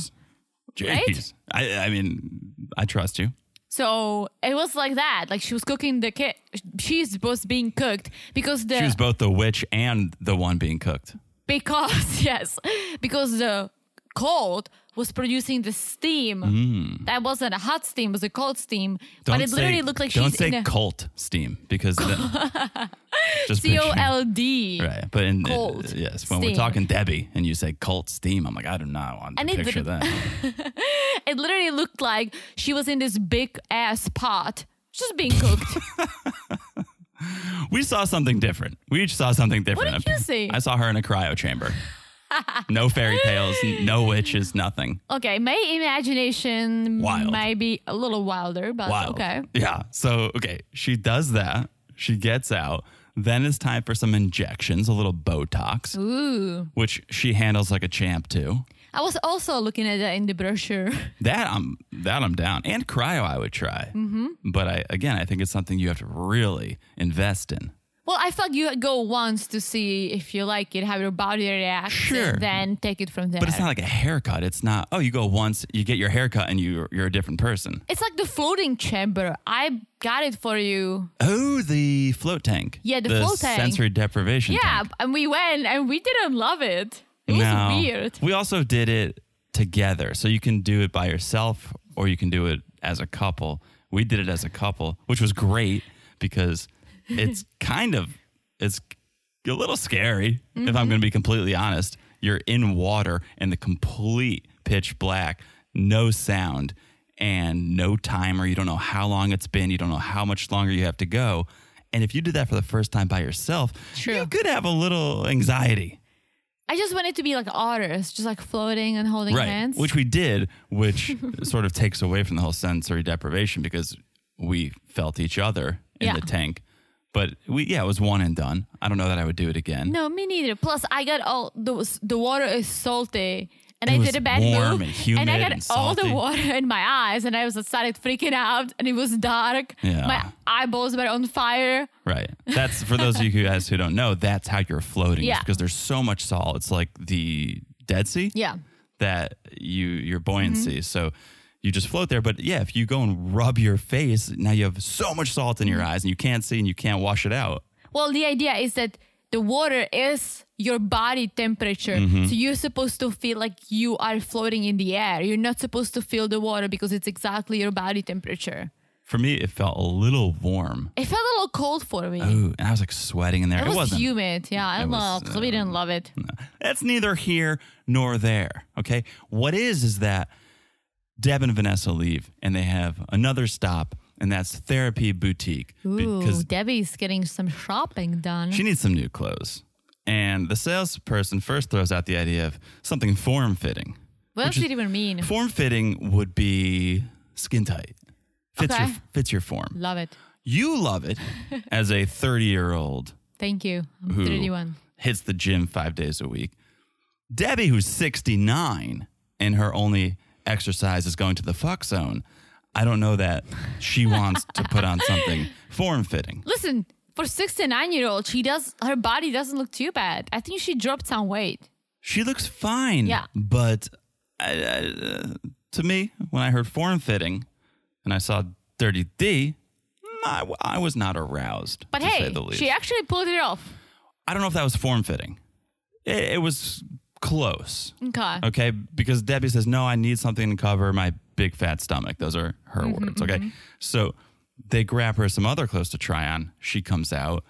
Jeez.
Right?
Jeez. I, I mean, I trust you.
So it was like that. Like she was cooking the kid. She's was being cooked because the
She was both the witch and the one being cooked.
because yes, because the cold was producing the steam. That wasn't a hot steam; it was a cold steam. but it literally
say,
looked like
Mm. don't
she's
say
in a
cult steam because the, just
C
picture-
O L D.
Right, but in
Cult
yes, when
steam.
we're talking Debbie and you say cult steam, I'm like, I do not want to
And it
picture
would-
that.
It literally looked like she was in this big ass pot, just being cooked.
We saw something different. We each saw something different.
did you see?
I saw her in a cryo chamber. no fairy tales, no witches, nothing.
okay, my imagination
Wild.
might be a little wilder, but
Wild.
okay.
Yeah. So, okay, she does that. She gets out. Then it's time for some injections, a little Botox,
Ooh,
which she handles like a champ too.
I was also looking at that in the brochure.
That I'm that I'm down. And cryo, I would try. Mm-hmm. But I again, I think it's something you have to really invest in.
Well, I felt you go once to see if you like it, how your body reacts,
Sure.
and then take it from there.
But it's not like a haircut. It's not. Oh, you go once, you get your haircut, and you you're a different person.
It's like the floating chamber. I got it for you.
Oh, the float tank.
Yeah, the float tank.
Sensory deprivation.
Yeah,
tank.
and we went and we didn't love it. It was
No.
weird.
We also did it together. So you can do it by yourself or you can do it as a couple. We did it as a couple, which was great because it's kind of it's a little scary if I'm
Mm-hmm.
going to be completely honest. You're in water and the complete pitch black, no sound and no timer. You don't know how long it's been, you don't know how much longer you have to go. And if you do that for the first time by yourself,
True.
you could have a little anxiety.
I just wanted to be like otters, just like floating and holding hands.
Which we did, which sort of takes away from the whole sensory deprivation because we felt each other in
Yeah.
the tank. But we, yeah, it was one and done. I don't know that I would do it again.
no, me neither. Plus, I got all the the water is salty, and
It
I
was
did a bad
warm
move,
and humid
I got
and
all the
salty.
water in my eyes, and I was started freaking out, and it was dark.
Yeah.
My eyeballs were on fire.
Right. That's for those of you guys who don't know, that's how you're floating. is
Yeah.
Because there's so much salt. It's like the Dead Sea.
Yeah. Mm-hmm.
That you your buoyancy. So you just float there. But yeah, if you go and rub your face, now you have so much salt in
Mm-hmm.
your eyes and you can't see and you can't wash it out.
Well, the idea is that the water is your body temperature.
Mm-hmm.
So you're supposed to feel like you are floating in the air. You're not supposed to feel the water because it's exactly your body temperature.
For me, it felt a little warm.
It felt a little cold for me.
Ooh, and I was like sweating in there.
it,
It,
was
wasn't.
humid. Yeah, I
It
don't know.
was, uh,
Because we didn't love it.
No. That's neither here nor there. Okay. What is, is that Deb and Vanessa leave and they have another stop, and that's Therapy Boutique.
Ooh,
Because
Debbie's getting some shopping done.
she needs some new clothes. And the salesperson first throws out the idea of something form fitting.
what does it even mean?
Form fitting would be skin tight, fits, your,
Okay.
fits your form.
love it.
You love it as a 30 year old
Thank you. I'm
who
31.
hits the gym five days a week. Debbie, who's 69 and her only exercise is going to the fuck zone, I don't know that she wants to put on something form fitting.
Listen, for 69 year old, she does her body doesn't look too bad. I think she dropped some weight.
She looks fine.
Yeah.
But I, I, uh, to me, when I heard form fitting and I saw Dirty D, I, I was not aroused.
But
to say
hey,
the least.
she actually pulled it off.
I don't know if that was form fitting. It, it was close.
Okay.
Okay, because Debbie says, "No, I need something to cover my big fat stomach." Those are her words. Okay, so they grab her some other clothes to try on. She comes out.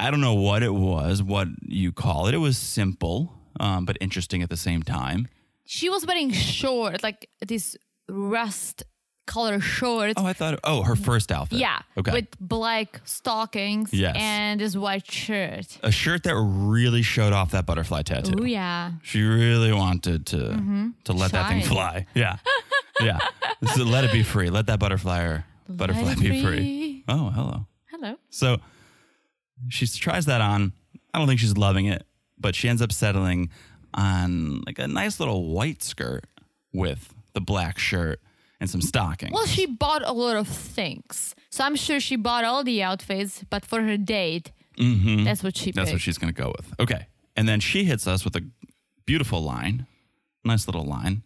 I don't know what it was, what you call it. It was simple, um, but interesting at the same time.
She was wearing shorts, like this rust color shorts.
Oh, I thought. Oh, her first outfit.
yeah.
Okay.
With black stockings
Yes.
and this white shirt.
a shirt that really showed off that butterfly tattoo.
Oh, yeah.
She really wanted to to let that thing
Mm-hmm. Shine.
fly. Yeah. yeah. So let it be free. Let that butterfly or butterfly
it
be free.
free.
Oh, hello.
Hello.
So she tries that on. I don't think she's loving it, but she ends up settling on like a nice little white skirt with the black shirt and some stockings.
Well, she bought a lot of things. So I'm sure she bought all the outfits, but for her date, that's what she
Mm-hmm. That's
picked.
what she's going to go with. Okay. And then she hits us with a beautiful line, nice little line.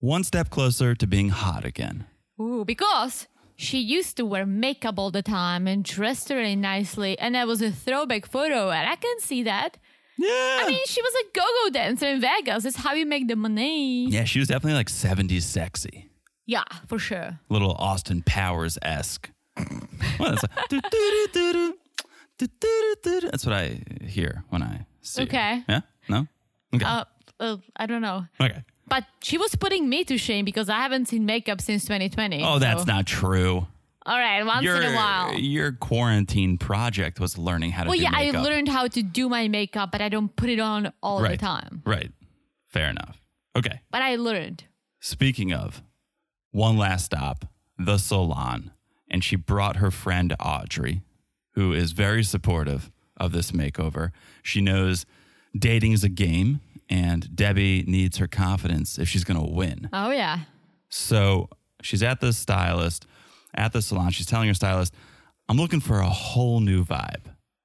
One step closer to being hot again.
Ooh, because she used to wear makeup all the time and dressed really nicely, and that was a throwback photo, and I can see that.
Yeah.
I mean, she was a go-go dancer in Vegas. That's how you make the money.
yeah, she was definitely like 70s sexy.
Yeah, for sure.
little Austin Powers esque. well, that's, like, "Do-do-do-do-do, do-do-do-do-do." that's what I hear when I see. her.
Okay.
Yeah. No. Okay.
Uh, uh, I don't know,
okay.
but she was putting me to shame because I haven't seen makeup since 2020.
Oh, that's
so-
not true.
all right. Once
Your
in a while.
your quarantine project was learning how to.
Well,
do
yeah,
makeup.
I learned how to do my makeup, but I don't put it on all the time.
Right. Fair enough. Okay.
But I learned.
Speaking of, one last stop, the salon, and she brought her friend Audrey, who is very supportive of this makeover. She knows dating is a game, and Debbie needs her confidence if she's going to win.
Oh yeah.
So she's at the stylist, at the salon. She's telling her stylist, "I'm looking for a whole new vibe,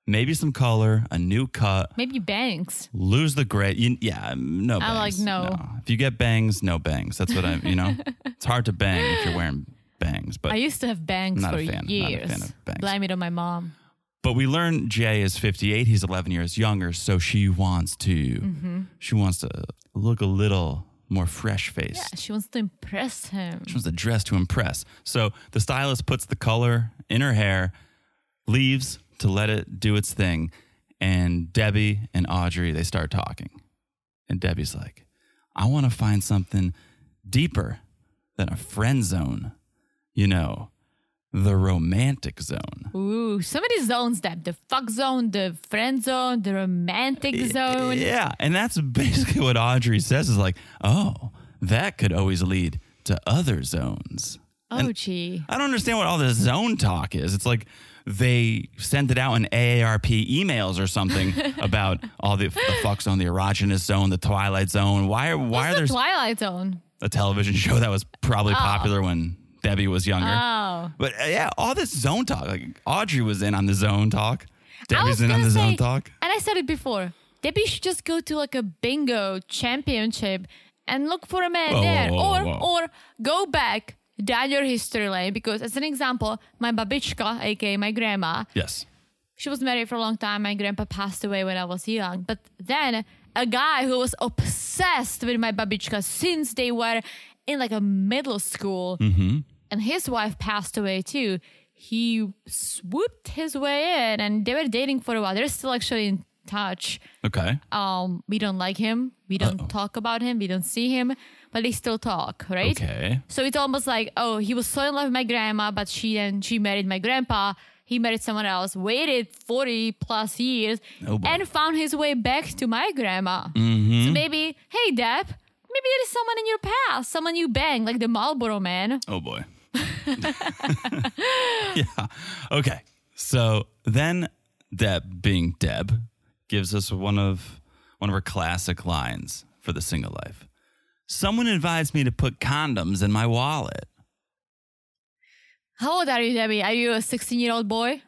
maybe some color, a new cut,
Maybe bangs.
lose the gray. You, yeah, um, no.
I'm
Bangs.
like, no.
If you get bangs, no bangs. That's what I. You know, it's hard to bang if you're wearing bangs. But
I used to have bangs
Not a
for
fan- not a
years.
fan of bangs.
Blame it on my mom.
but we learn Jay is 58. He's 11 years younger, so she wants to.
Mm-hmm.
She wants to look a little more fresh faced.
Yeah, she wants to impress him.
She wants to dress to impress. So the stylist puts the color in her hair, leaves to let it do its thing, and Debbie and Audrey they start talking. And Debbie's like, "I want to find something deeper than a friend zone, you know, the romantic zone."
Ooh, so many zones that the fuck zone, the friend zone, the romantic
Eh,
zone.
Yeah, and that's basically what Audrey says is like, "Oh, that could always lead to other zones."
Oh, gee.
I don't understand what all this zone talk is. It's like they sent it out in AARP emails or something about all the, the fuck zone, the erogenous zone, the twilight zone. Why are why
What's
are
the
there
Twilight Zone?
a television show that was probably popular when Debbie was younger?
Oh.
But uh, yeah, all this zone talk. Like Audrey was in on the zone talk.
I
Debbie's
was
in on
gonna
the zone
say-
talk.
And I said it before. Debbie should just go to like a bingo championship and look for a man
Whoa,
there.
whoa, whoa,
or
whoa.
or go back down your history lane because as an example, my babichka, aka my grandma,
Yes.
she was married for a long time. My grandpa passed away when I was young. But then a guy who was obsessed with my babichka since they were in like a middle school and his wife passed away too, he swooped his way in and they were dating for a while. They're still actually in touch.
Okay.
Um, we don't like him. We don't talk about him. We don't see him, but they still talk, right?
Okay.
So it's almost like, oh, he was so in love with my grandma, but she then she married my grandpa. He married someone else, waited 40 plus years,
Oh, boy. Mm-hmm.
and found his way back to my grandma. So maybe, hey, Deb, maybe there is someone in your past, someone you bang, like the Marlboro man.
Oh boy. yeah. Okay. So then Deb being Deb gives us one of one of her classic lines for the single life. Someone advised me to put condoms in my wallet.
How old are you, Debbie? Are you a 16 year old boy?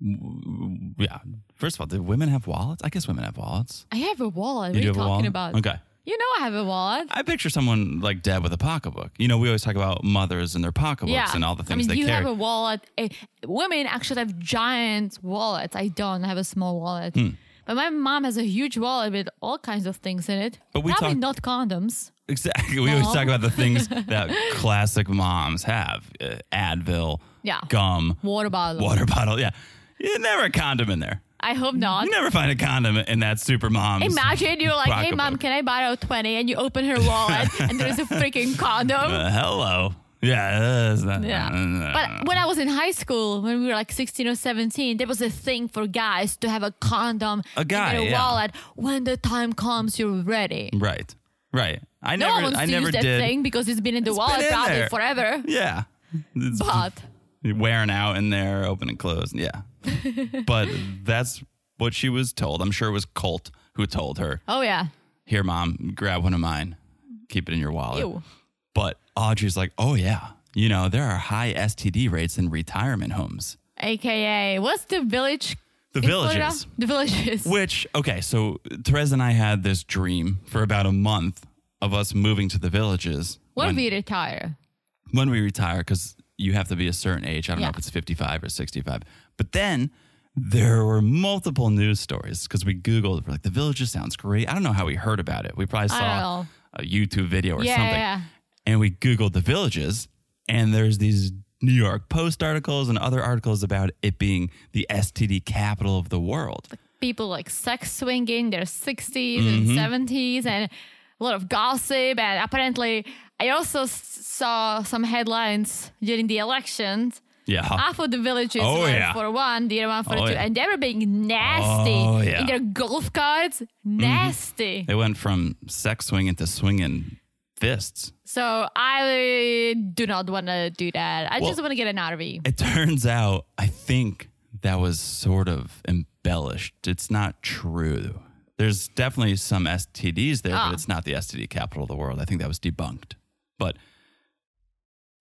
W- Yeah. First of all, do women have wallets? I guess women have wallets.
I have a
You
wallet. what
do
are you
have a
talking
wallet?
about?
Okay.
You know I have a wallet.
I picture someone like Deb with a pocketbook. You know, we always talk about mothers and their pocketbooks
Yeah.
and all the
I
things
mean,
they
you
carry.
have a wallet. Eh, women actually have giant wallets. I don't I have a small wallet.
Hmm.
But my mom has a huge wallet with all kinds of things in it.
But we
Probably
talk-
not condoms.
Exactly. We always
Mom.
talk about the things that classic moms have uh, Advil,
Yeah.
gum,
Water bottle.
water bottle. Yeah. You never a condom in there.
I hope not.
You never find a condom in that super mom's.
Imagine you're like, hey, mom,
pocketbook.
can I borrow 20? And you open her wallet and there's a freaking condom.
Uh, hello. Yeah. that's not- uh,
Yeah. But when I was in high school, when we were like 16 or 17, there was a thing for guys to have a condom
A guy,
in their
yeah.
wallet. When the time comes, you're ready.
right. Right. I
No
never.
one wants
I
to
never
use that
did.
thing because it's been in the
It's
wallet
been in
probably
there.
forever.
Yeah. It's
But
wearing out in there, open and closed. Yeah. but that's what she was told. I'm sure it was Colt who told her.
oh yeah,
here, mom, grab one of mine, keep it in your wallet.
Ew.
But Audrey's like, oh, yeah, you know, there are high STD rates in retirement homes.
AKA what's the village?
The
in Florida?
villages.
The villages.
Which, okay, so Therese and I had this dream for about a month of us moving to the villages
when,
when,
we retire,
when we retire, because you have to be a certain age. I don't know
Yeah.
if it's 55 or 65. But then there were multiple news stories because we Googled, we're like, the villages sounds great. I don't know how we heard about it. We probably
I don't
saw
know.
a YouTube video or
Yeah,
something.
yeah.
and we googled the villages and there's these new york post articles and other articles about it being the std capital of the world
people like sex swinging their 60s
Mm-hmm.
and 70s, and a lot of gossip. And apparently, I also s- saw some headlines during the elections.
yeah
Half of the villages
Oh,
were
yeah.
for one, the other one for
Oh,
two,
yeah.
and they were being nasty
Oh, yeah. Mm-hmm.
in their golf carts. Nasty.
they went from sex swinging to swinging fists
So I do not want to do that. I just
Well-
want to get an RV.
it turns out i think that was sort of embellished it's not true there's definitely some stds there
Ah.
but it's not the std capital of the world i think that was debunked but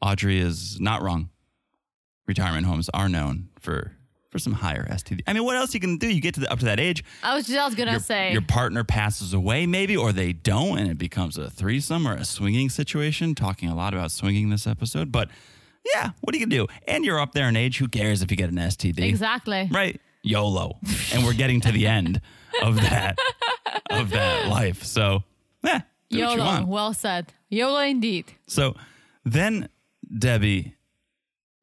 audrey is not wrong retirement homes are known for for some higher std i mean what else you can do you get to the, up to that age
I was just gonna
your,
say
your partner passes away maybe or they don't and it becomes a threesome or a swinging situation talking a lot about swinging this episode but yeah what are you gonna do and you're up there in age who cares if you get an std
exactly.
right yolo and we're getting to the end of that of that life so yeah do what you
YOLO.
want.
Well said. YOLO indeed.
So then Debbie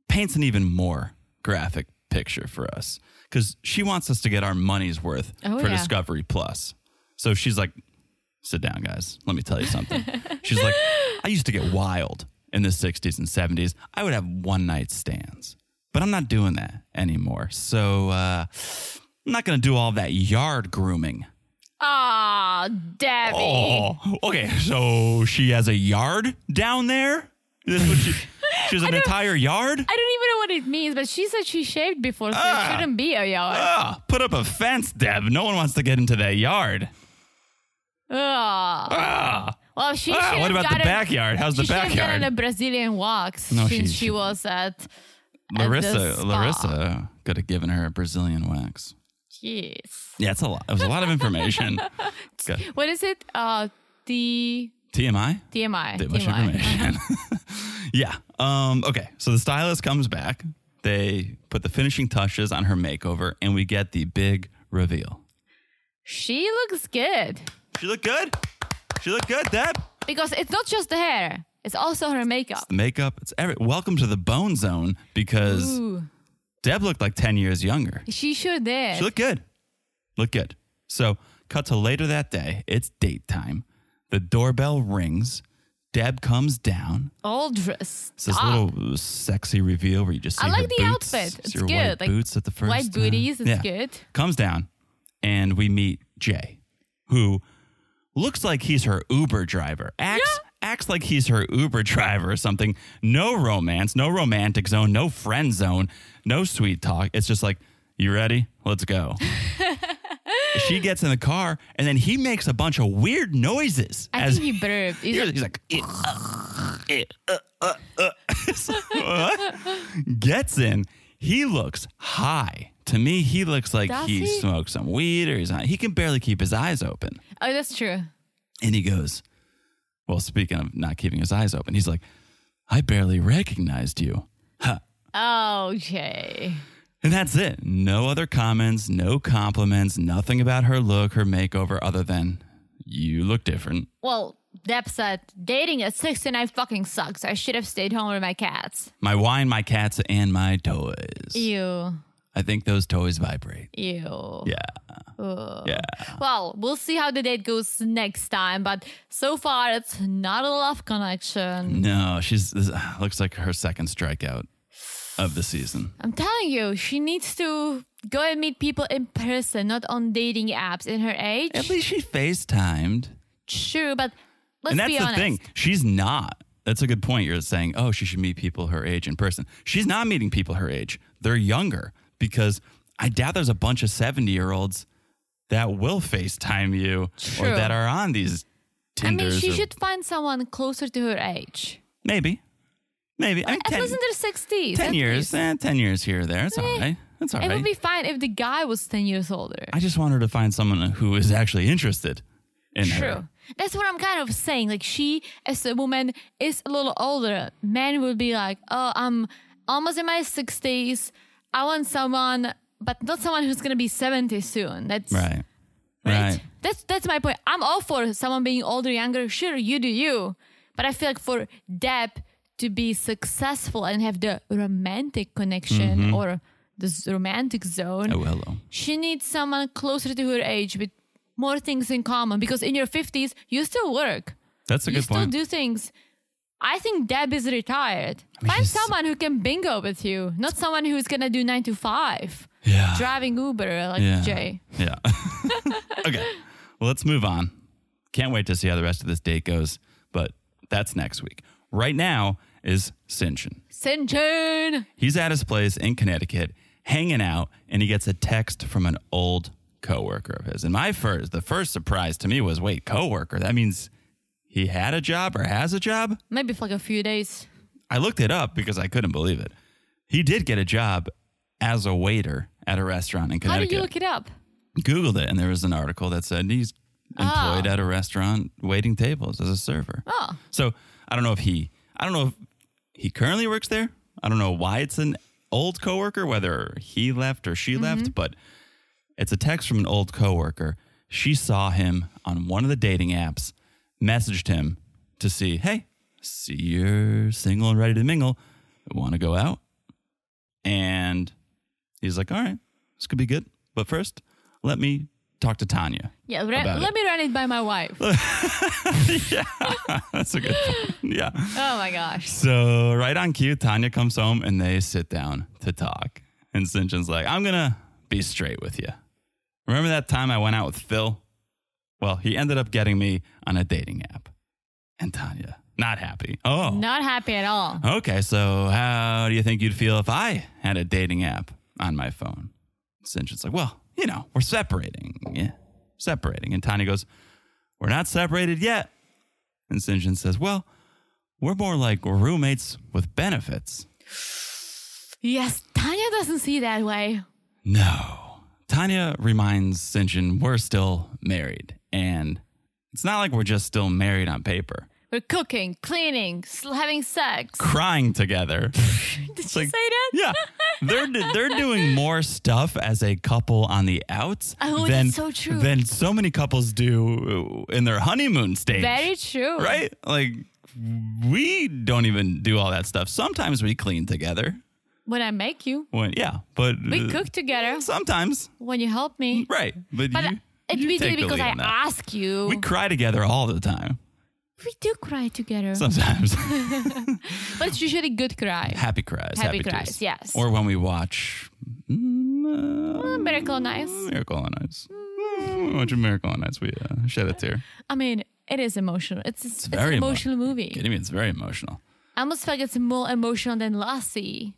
paints an even more graphic picture for us because she wants us to get our money's worth
Oh,
for
yeah.
Discovery Plus. So she's like, sit down, guys. Let me tell you something. she's like, I used to get wild in the 60s and 70s. I would have one night stands, but I'm not doing that anymore. So uh, I'm not going to do all that yard grooming.
Ah, Debbie.
Oh, okay. So she has a yard down there. This is what she, she has an entire yard.
I don't even know what it means, but she said she shaved before, so it shouldn't be a yard.
Ah, put up a fence, Deb. No one wants to get into that yard.
Ah.
Ah,
Well, she
ah,
should
what
have
about the
gotten-
backyard? How's
She
the
should have gotten a
backyard?
Brazilian wax
No,
since
she-
she was at. the
Larissa,
spa.
Larissa could have given her a Brazilian wax.
Yes.
Yeah, it's a lot. It was a lot of information. Good.
What is it? Uh, the
TMI.
TMI.
Too much
TMI.
information. yeah. Um, okay. So the stylist comes back. They put the finishing touches on her makeover, and we get the big reveal.
She looks good.
She looked good. She looked good, Deb.
because it's not just the hair. It's also her makeup.
Makeup. It's every. Welcome to the bone zone because
Ooh,
Deb looked like 10 years younger.
she sure did.
She looked good. Looked good. So, cut to later that day. It's date time. The doorbell rings. Deb comes down.
All dressed.
It's this
up.
little sexy reveal where you just see
Ah. I
her
like the
boots.
outfit.
See
It's
her
good.
White
Like,
boots at the first uh,
white
time.
booties, it's good.
Comes down, and we meet Jay, who looks like he's her Uber driver. Acts acts like he's her Uber driver or something. No romance, no romantic zone, no friend zone, no sweet talk. It's just like, you ready? Let's go. she gets in the car, and then he makes a bunch of weird noises
I
as
think he burped. He's
He's,
like,
he's like, "Eh, uh, eh, uh, uh, uh." So, what? gets in. He looks high. To me, he looks like
Does
he,
he?
smoked some weed or he's not. He can barely keep his eyes open.
oh, that's true.
And he goes, Well, speaking of not keeping his eyes open, he's like, I barely recognized you.
Oh, Jay.
And that's it. No other comments, no compliments, nothing about her look, her makeover, other than you look different.
Well, Deb said, dating at 69 fucking sucks. I should have stayed home with my cats.
My wine, my cats, and my toys.
Ew.
I think those toys vibrate.
Ew.
Yeah. Yeah.
Well, we'll see how the date goes next time, but so far it's not a love connection.
No, she's this looks like her second strikeout of the season.
I'm telling you, she needs to go and meet people in person, not on dating apps in her age.
At least she FaceTimed.
True, but let's
and that's
be
the
honest.
thing. She's not. That's a good point. You're saying, oh, she should meet people her age in person. She's not meeting people her age. They're younger because I doubt there's a bunch of 70 year olds that will FaceTime you or
True.
that are on these
I mean,
Tinders.
she
or-
should find someone closer to her age.
Maybe. Maybe. I mean,
At
10,
least in their 60s.
10
at
years.
least.
Eh, 10 years here or there. It's all
Eh,
right. That's all
It
right.
would be fine if the guy was 10 years older.
I just want her to find someone who is actually interested in
True.
her.
That's what I'm kind of saying. Like she, as a woman, is a little older. Men will be like, "Oh, I'm almost in my 60s. I want someone, but not someone who's gonna be 70 soon." That's
Right.
right?
Right.
That's that's my point. I'm all for someone being older, younger. Sure, you do you, but I feel like for Deb to be successful and have the romantic connection
Mm-hmm.
or this romantic zone,
Oh, hello.
she needs someone closer to her age with more things in common because in your 50s you still work
That's a
you
good
still
point.
do things i think deb is retired find
she's-
someone who can bingo with you not someone who's gonna do 9 to 5
yeah.
driving uber like
yeah.
jay
Yeah. okay. Well, let's move on. Can't wait to see how the rest of this date goes, but that's next week. Right now is Sinjin.
st john
He's at his place in Connecticut, hanging out, and he gets a text from an old coworker of his. And my first, the first surprise to me was, wait, coworker? That means he had a job or has a job?
maybe for like a few days
I looked it up because I couldn't believe it. He did get a job as a waiter at a restaurant in
how
Connecticut.
did you look it up
Googled it, and there was an article that said he's employed at a restaurant waiting tables as a server.
Oh.
So I don't know if he, I don't know if he currently works there. I don't know why it's an old coworker, whether he left or she left, but it's a text from an old coworker. She saw him on one of the dating apps, messaged him to see, hey, see you're single and ready to mingle. Want to go out? And he's like, all right, this could be good. But first, let me talk to Tanya.
yeah ra-
About
let
it.
me run it by my wife oh
yeah, that's a good point. Yeah.
Oh my gosh
So right on cue, Tanya comes home and they sit down to talk. And Sinjin's like, I'm gonna be straight with you. Remember that time I went out with Phil? Well, he ended up getting me on a dating app. And Tanya, not happy. Oh,
not happy at all
okay. So how do you think you'd feel if I had a dating app on my phone? Sinjin's like, well, you know, we're separating. Yeah, separating. And Tanya goes, we're not separated yet. And Sinjin says, well, we're more like roommates with benefits.
yes tanya doesn't see it that way
No. Tanya reminds Sinjin we're still married. And it's not like we're just still married on paper.
we're cooking cleaning sl- having sex
Crying together.
did she
like-
say that
yeah. They're, they're doing more stuff as a couple on the outs
Oh,
than,
that's so true.
than so many couples do in their honeymoon stage.
Very true.
Right? Like we don't even do all that stuff. Sometimes we clean together.
When I make you,
When yeah, but
we
uh,
cook together.
sometimes.
When you help me,
Right, but,
but uh,
you,
it,
you
we do
take
it
the
because
lead
I
on that.
ask you.
We
We,
cry together all the time.
do cry together,
Sometimes
but it's usually good cry.
happy cries,
Happy
happy,
cries,
tears.
yes.
Or when we watch mm, uh,
Miracle on Ice.
Miracle on Ice. Mm, we watch a Miracle on Ice. We uh, shed a tear.
I mean, it is emotional. It's it's, it's an
very emo-
emotional movie.
Kidding me? It's very emotional.
I almost felt it's more emotional than Lassie,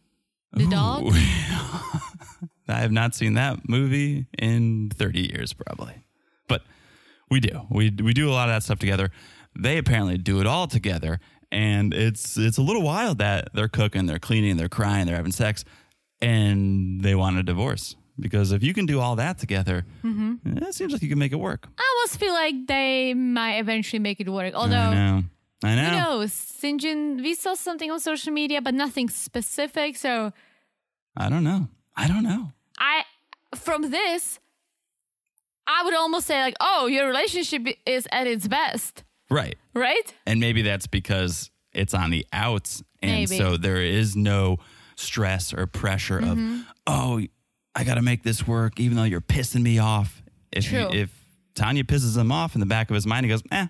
the dog.
Ooh. I have not seen that movie in 30 years, probably. But we do. We, we do a lot of that stuff together. They apparently do it all together. And it's it's a little wild that they're cooking, they're cleaning, they're crying, they're having sex, and they want a divorce. Because if you can do all that together, eh, it seems like you can make it work.
I almost feel like they might eventually make it work.
I
Although,
know. I know.
who knows? Sinjin, we saw something on social media, but nothing specific. So
I don't know. I don't know.
I, from this, I would almost say like, oh, your relationship is at its best,
Right.
right?
And maybe that's because it's on the outs. And
Maybe.
so there is no stress or pressure
Mm-hmm.
of, oh, I got to make this work, even though you're pissing me off. If, you-
True.
if Tanya pisses him off in the back of his mind, he goes, eh,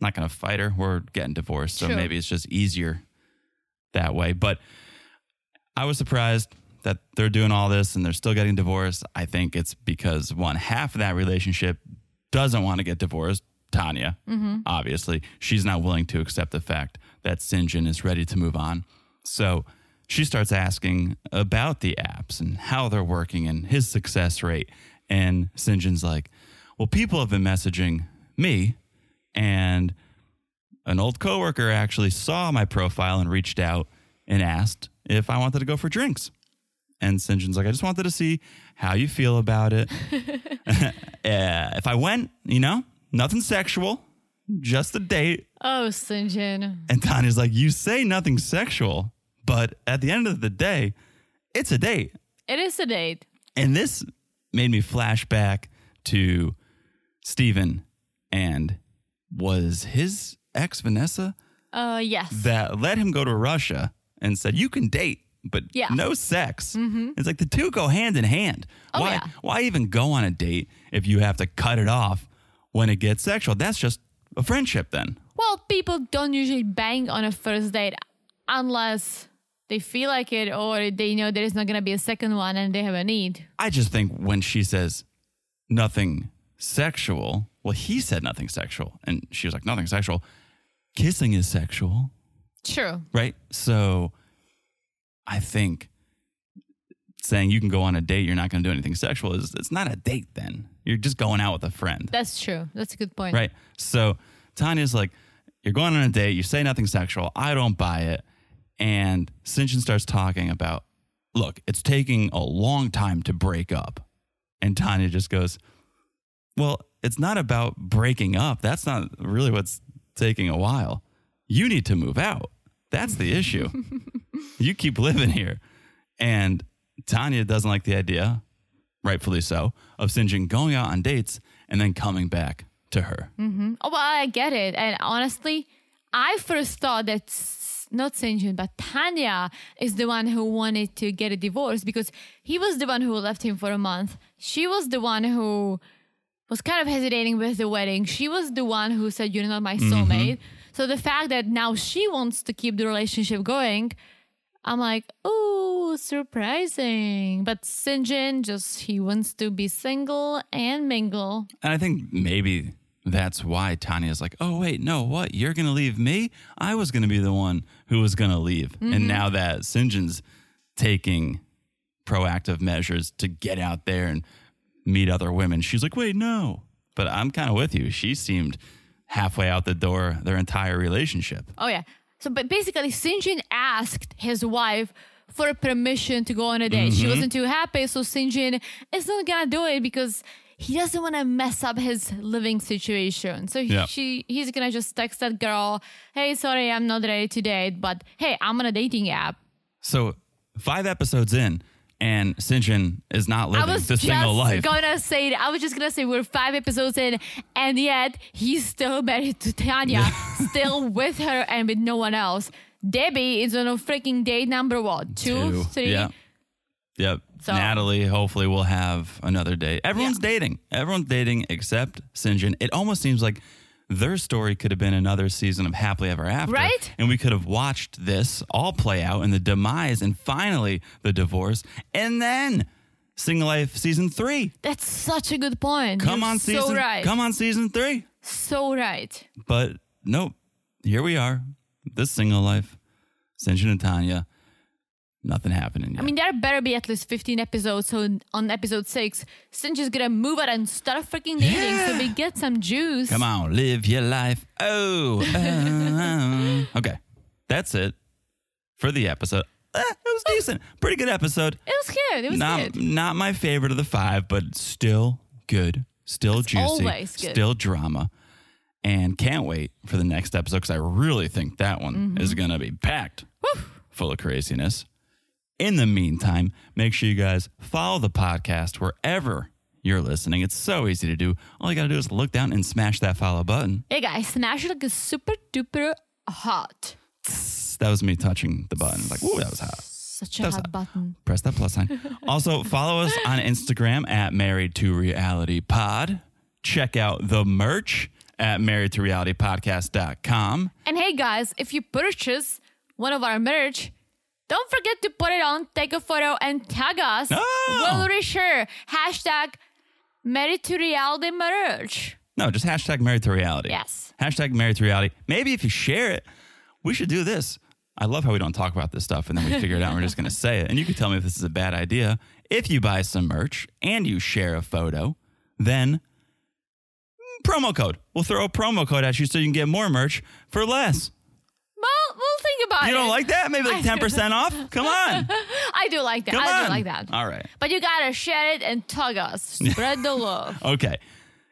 not going to fight her. We're getting divorced. So
True.
maybe it's just easier that way. But I was surprised that they're doing all this and they're still getting divorced. I think it's because one half of that relationship doesn't want to get divorced. Tanya, obviously, she's not willing to accept the fact that Sinjin is ready to move on. So she starts asking about the apps and how they're working and his success rate. And Sinjin's like, "Well, people have been messaging me, and an old coworker actually saw my profile and reached out and asked if I wanted to go for drinks. And St. John's like, I just wanted to see how you feel about it. Uh, if I went, you know, nothing sexual, just a date.
Oh, Sinjin.
And Tanya's like, You say nothing sexual, but at the end of the day, it's a date.
It is a date.
And this made me flash back to Steven and was his ex Vanessa?
Uh, yes.
that let him go to Russia and said, "You can date, but
Yeah. Mm-hmm.
no sex." It's like the two go hand in hand.
Oh,
why?
yeah.
Why even go on a date if you have to cut it off when it gets sexual? That's just a friendship, then.
Well, people don't usually bang on a first date unless they feel like it or they know there is not going to be a second one and they have a need.
I just think when she says nothing sexual, well, he said nothing sexual, and she was like, "Nothing sexual." Kissing is sexual.
True.
Right. So I think saying you can go on a date, you're not going to do anything sexual is it's not a date then. You're just going out with a friend.
That's true. That's a good point.
Right. So Tanya's like, you're going on a date, you say nothing sexual. I don't buy it. And Sinjin starts talking about, look, it's taking a long time to break up. And Tanya just goes, well, it's not about breaking up. That's not really what's taking a while. You need to move out. That's the issue. you keep living here. And Tanya doesn't like the idea, rightfully so, of Sinjin going out on dates and then coming back to her.
Oh, well, I get it. And honestly, I first thought that s- not Sinjin, but Tanya is the one who wanted to get a divorce because he was the one who left him for a month. She was the one who was kind of hesitating with the wedding. She was the one who said, You're not my soulmate. So the fact that now she wants to keep the relationship going, I'm like, Oh, surprising. But Sinjin just, he wants to be single and mingle.
And I think maybe that's why Tanya's like, oh, wait, no, what? You're going to leave me? I was going to be the one who was going to leave.
Mm-hmm.
And now that Sinjin's taking proactive measures to get out there and meet other women, she's like, wait, no. But I'm kind of with you. She seemed halfway out the door their entire relationship.
Oh yeah. So, but basically, Sinjin asked his wife for permission to go on a date. She wasn't too happy, so Sinjin is not gonna do it because he doesn't want to mess up his living situation. So he,
Yeah.
she, he's gonna just text that girl, "Hey, sorry, I'm not ready to date, but hey, I'm on a dating app."
So five episodes in, and Sinjin is not living
I was
this
just
single life.
gonna say I was just gonna say we're five episodes in, and yet he's still married to Tanya, still with her and with no one else. Debbie is on a freaking date number what two,
Two.
three.
Yeah. Yep.
So-
Natalie hopefully will have another date. Everyone's dating. Everyone's dating except Sinjin. It almost seems like their story could have been another season of Happily Ever After.
Right?
And we could have watched this all play out and the demise and finally the divorce. And then Single Life season three.
That's such a good point.
Come
You're
on season
So right.
come on season three.
So right.
But nope, here we are. This single life, Sinjin and Tanya. Nothing happening yet.
I mean, there better be at least 15 episodes. So on episode six, Cinch is gonna move out and start freaking dating so
Yeah.
we get some juice.
Come on, live your life. Oh, uh, okay. That's it for the episode. Uh, it was decent. Pretty good episode.
It was good. It was
Not
good.
not my favorite of the five, but still good. Still juicy.
always good.
Still drama. And can't wait for the next episode because I really think that one
Mm-hmm.
is going to be packed full of craziness. In the meantime, make sure you guys follow the podcast wherever you're listening. It's so easy to do. All you got to do is look down and smash that follow button.
Hey guys, Smash like is super duper hot.
That was me touching the button. Like, ooh, that was hot.
Such a
That's
hot
a-
button.
Press that plus sign. Also, follow us on Instagram at Married to Reality Pod. Check out the merch at married to reality podcast.com.
And hey guys, if you purchase one of our merch, don't forget to put it on, take a photo, and tag us.
No!
Will Risher. Hashtag married to reality merch.
No, just hashtag married to reality.
Yes.
Hashtag married to reality. Maybe if you share it, we should do this. I love how we don't talk about this stuff and then we figure it out and we're just going to say it. And you can tell me if this is a bad idea. If you buy some merch and you share a photo, then promo code. We'll throw a promo code at you so you can get more merch for less.
Well, we'll think about
You
it.
don't like that? Maybe like 10% off? Come on.
I do like that.
Come
I
on.
do like that.
All right.
But you gotta share it and tag us. Spread the love.
Okay.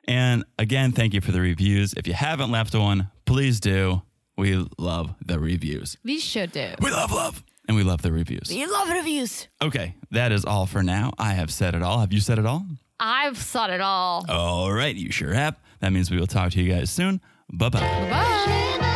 And again, thank you for the reviews. If you haven't left one, please do. We love the reviews.
We sure do.
We love love. And we love the reviews.
We love reviews.
Okay, that is all for now. I have said it all. Have you said it all?
I've said it all.
Oh. All right, you sure have. That means we will talk to you guys soon. Bye bye.
Bye.